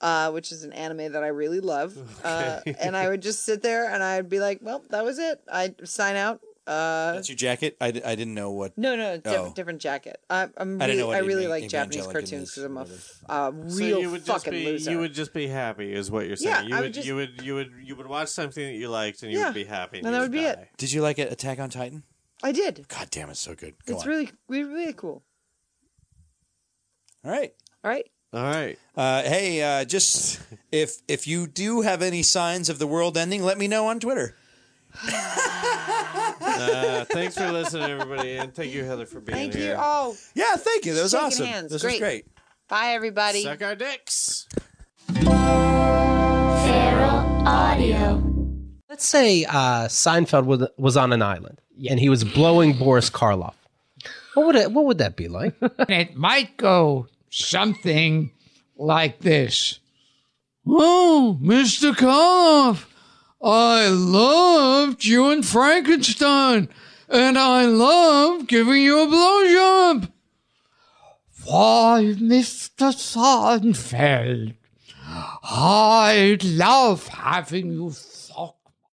C: uh, which is an anime that I really love. Uh, and I would just sit there and I'd be like, "Well, that was it. I'd sign out." Uh,
B: that's your jacket. I, d- I didn't know what.
C: No, no, diff-
B: Oh.
C: different jacket. I, I'm
B: I didn't
C: really,
B: know what
C: I
B: it
C: really
B: mean-
C: like Japanese
B: evangelican
C: cartoons
B: is,
C: because I'm a
B: whatever.
C: f- a real
A: just
C: fucking
A: be,
C: loser.
A: You would just be happy, is what you're saying.
C: Yeah,
A: you
C: I
A: would,
C: would just-
A: you would you would you would watch something that you liked and you
C: Yeah.
A: would be happy.
C: And that would be it.
B: Did you like it, Attack on Titan?
C: I did.
B: God damn, it's so good. Go
C: it's
B: on.
C: really, really, really cool.
B: All right.
C: All right.
A: All right.
B: Uh, hey, uh, just if if you do have any signs of the world ending, let me know on Twitter.
A: Uh, thanks for listening, everybody, and thank you, Heather, for being
C: Thank
A: here.
C: you all.
B: Yeah, thank you. That was
C: Shaking
B: awesome.
C: hands.
B: This was
C: Great.
B: great.
C: Bye, everybody.
A: Suck our dicks.
H: Feral Audio.
I: Let's say uh, Seinfeld was, was on an island and he was blowing Boris Karloff. What would it, what would that be like?
J: And it might go something like this. Oh, Mr. Koloff, I love you and Frankenstein, and I love giving you a blowjob. Why, Mr. Seinfeld, I love having you fuck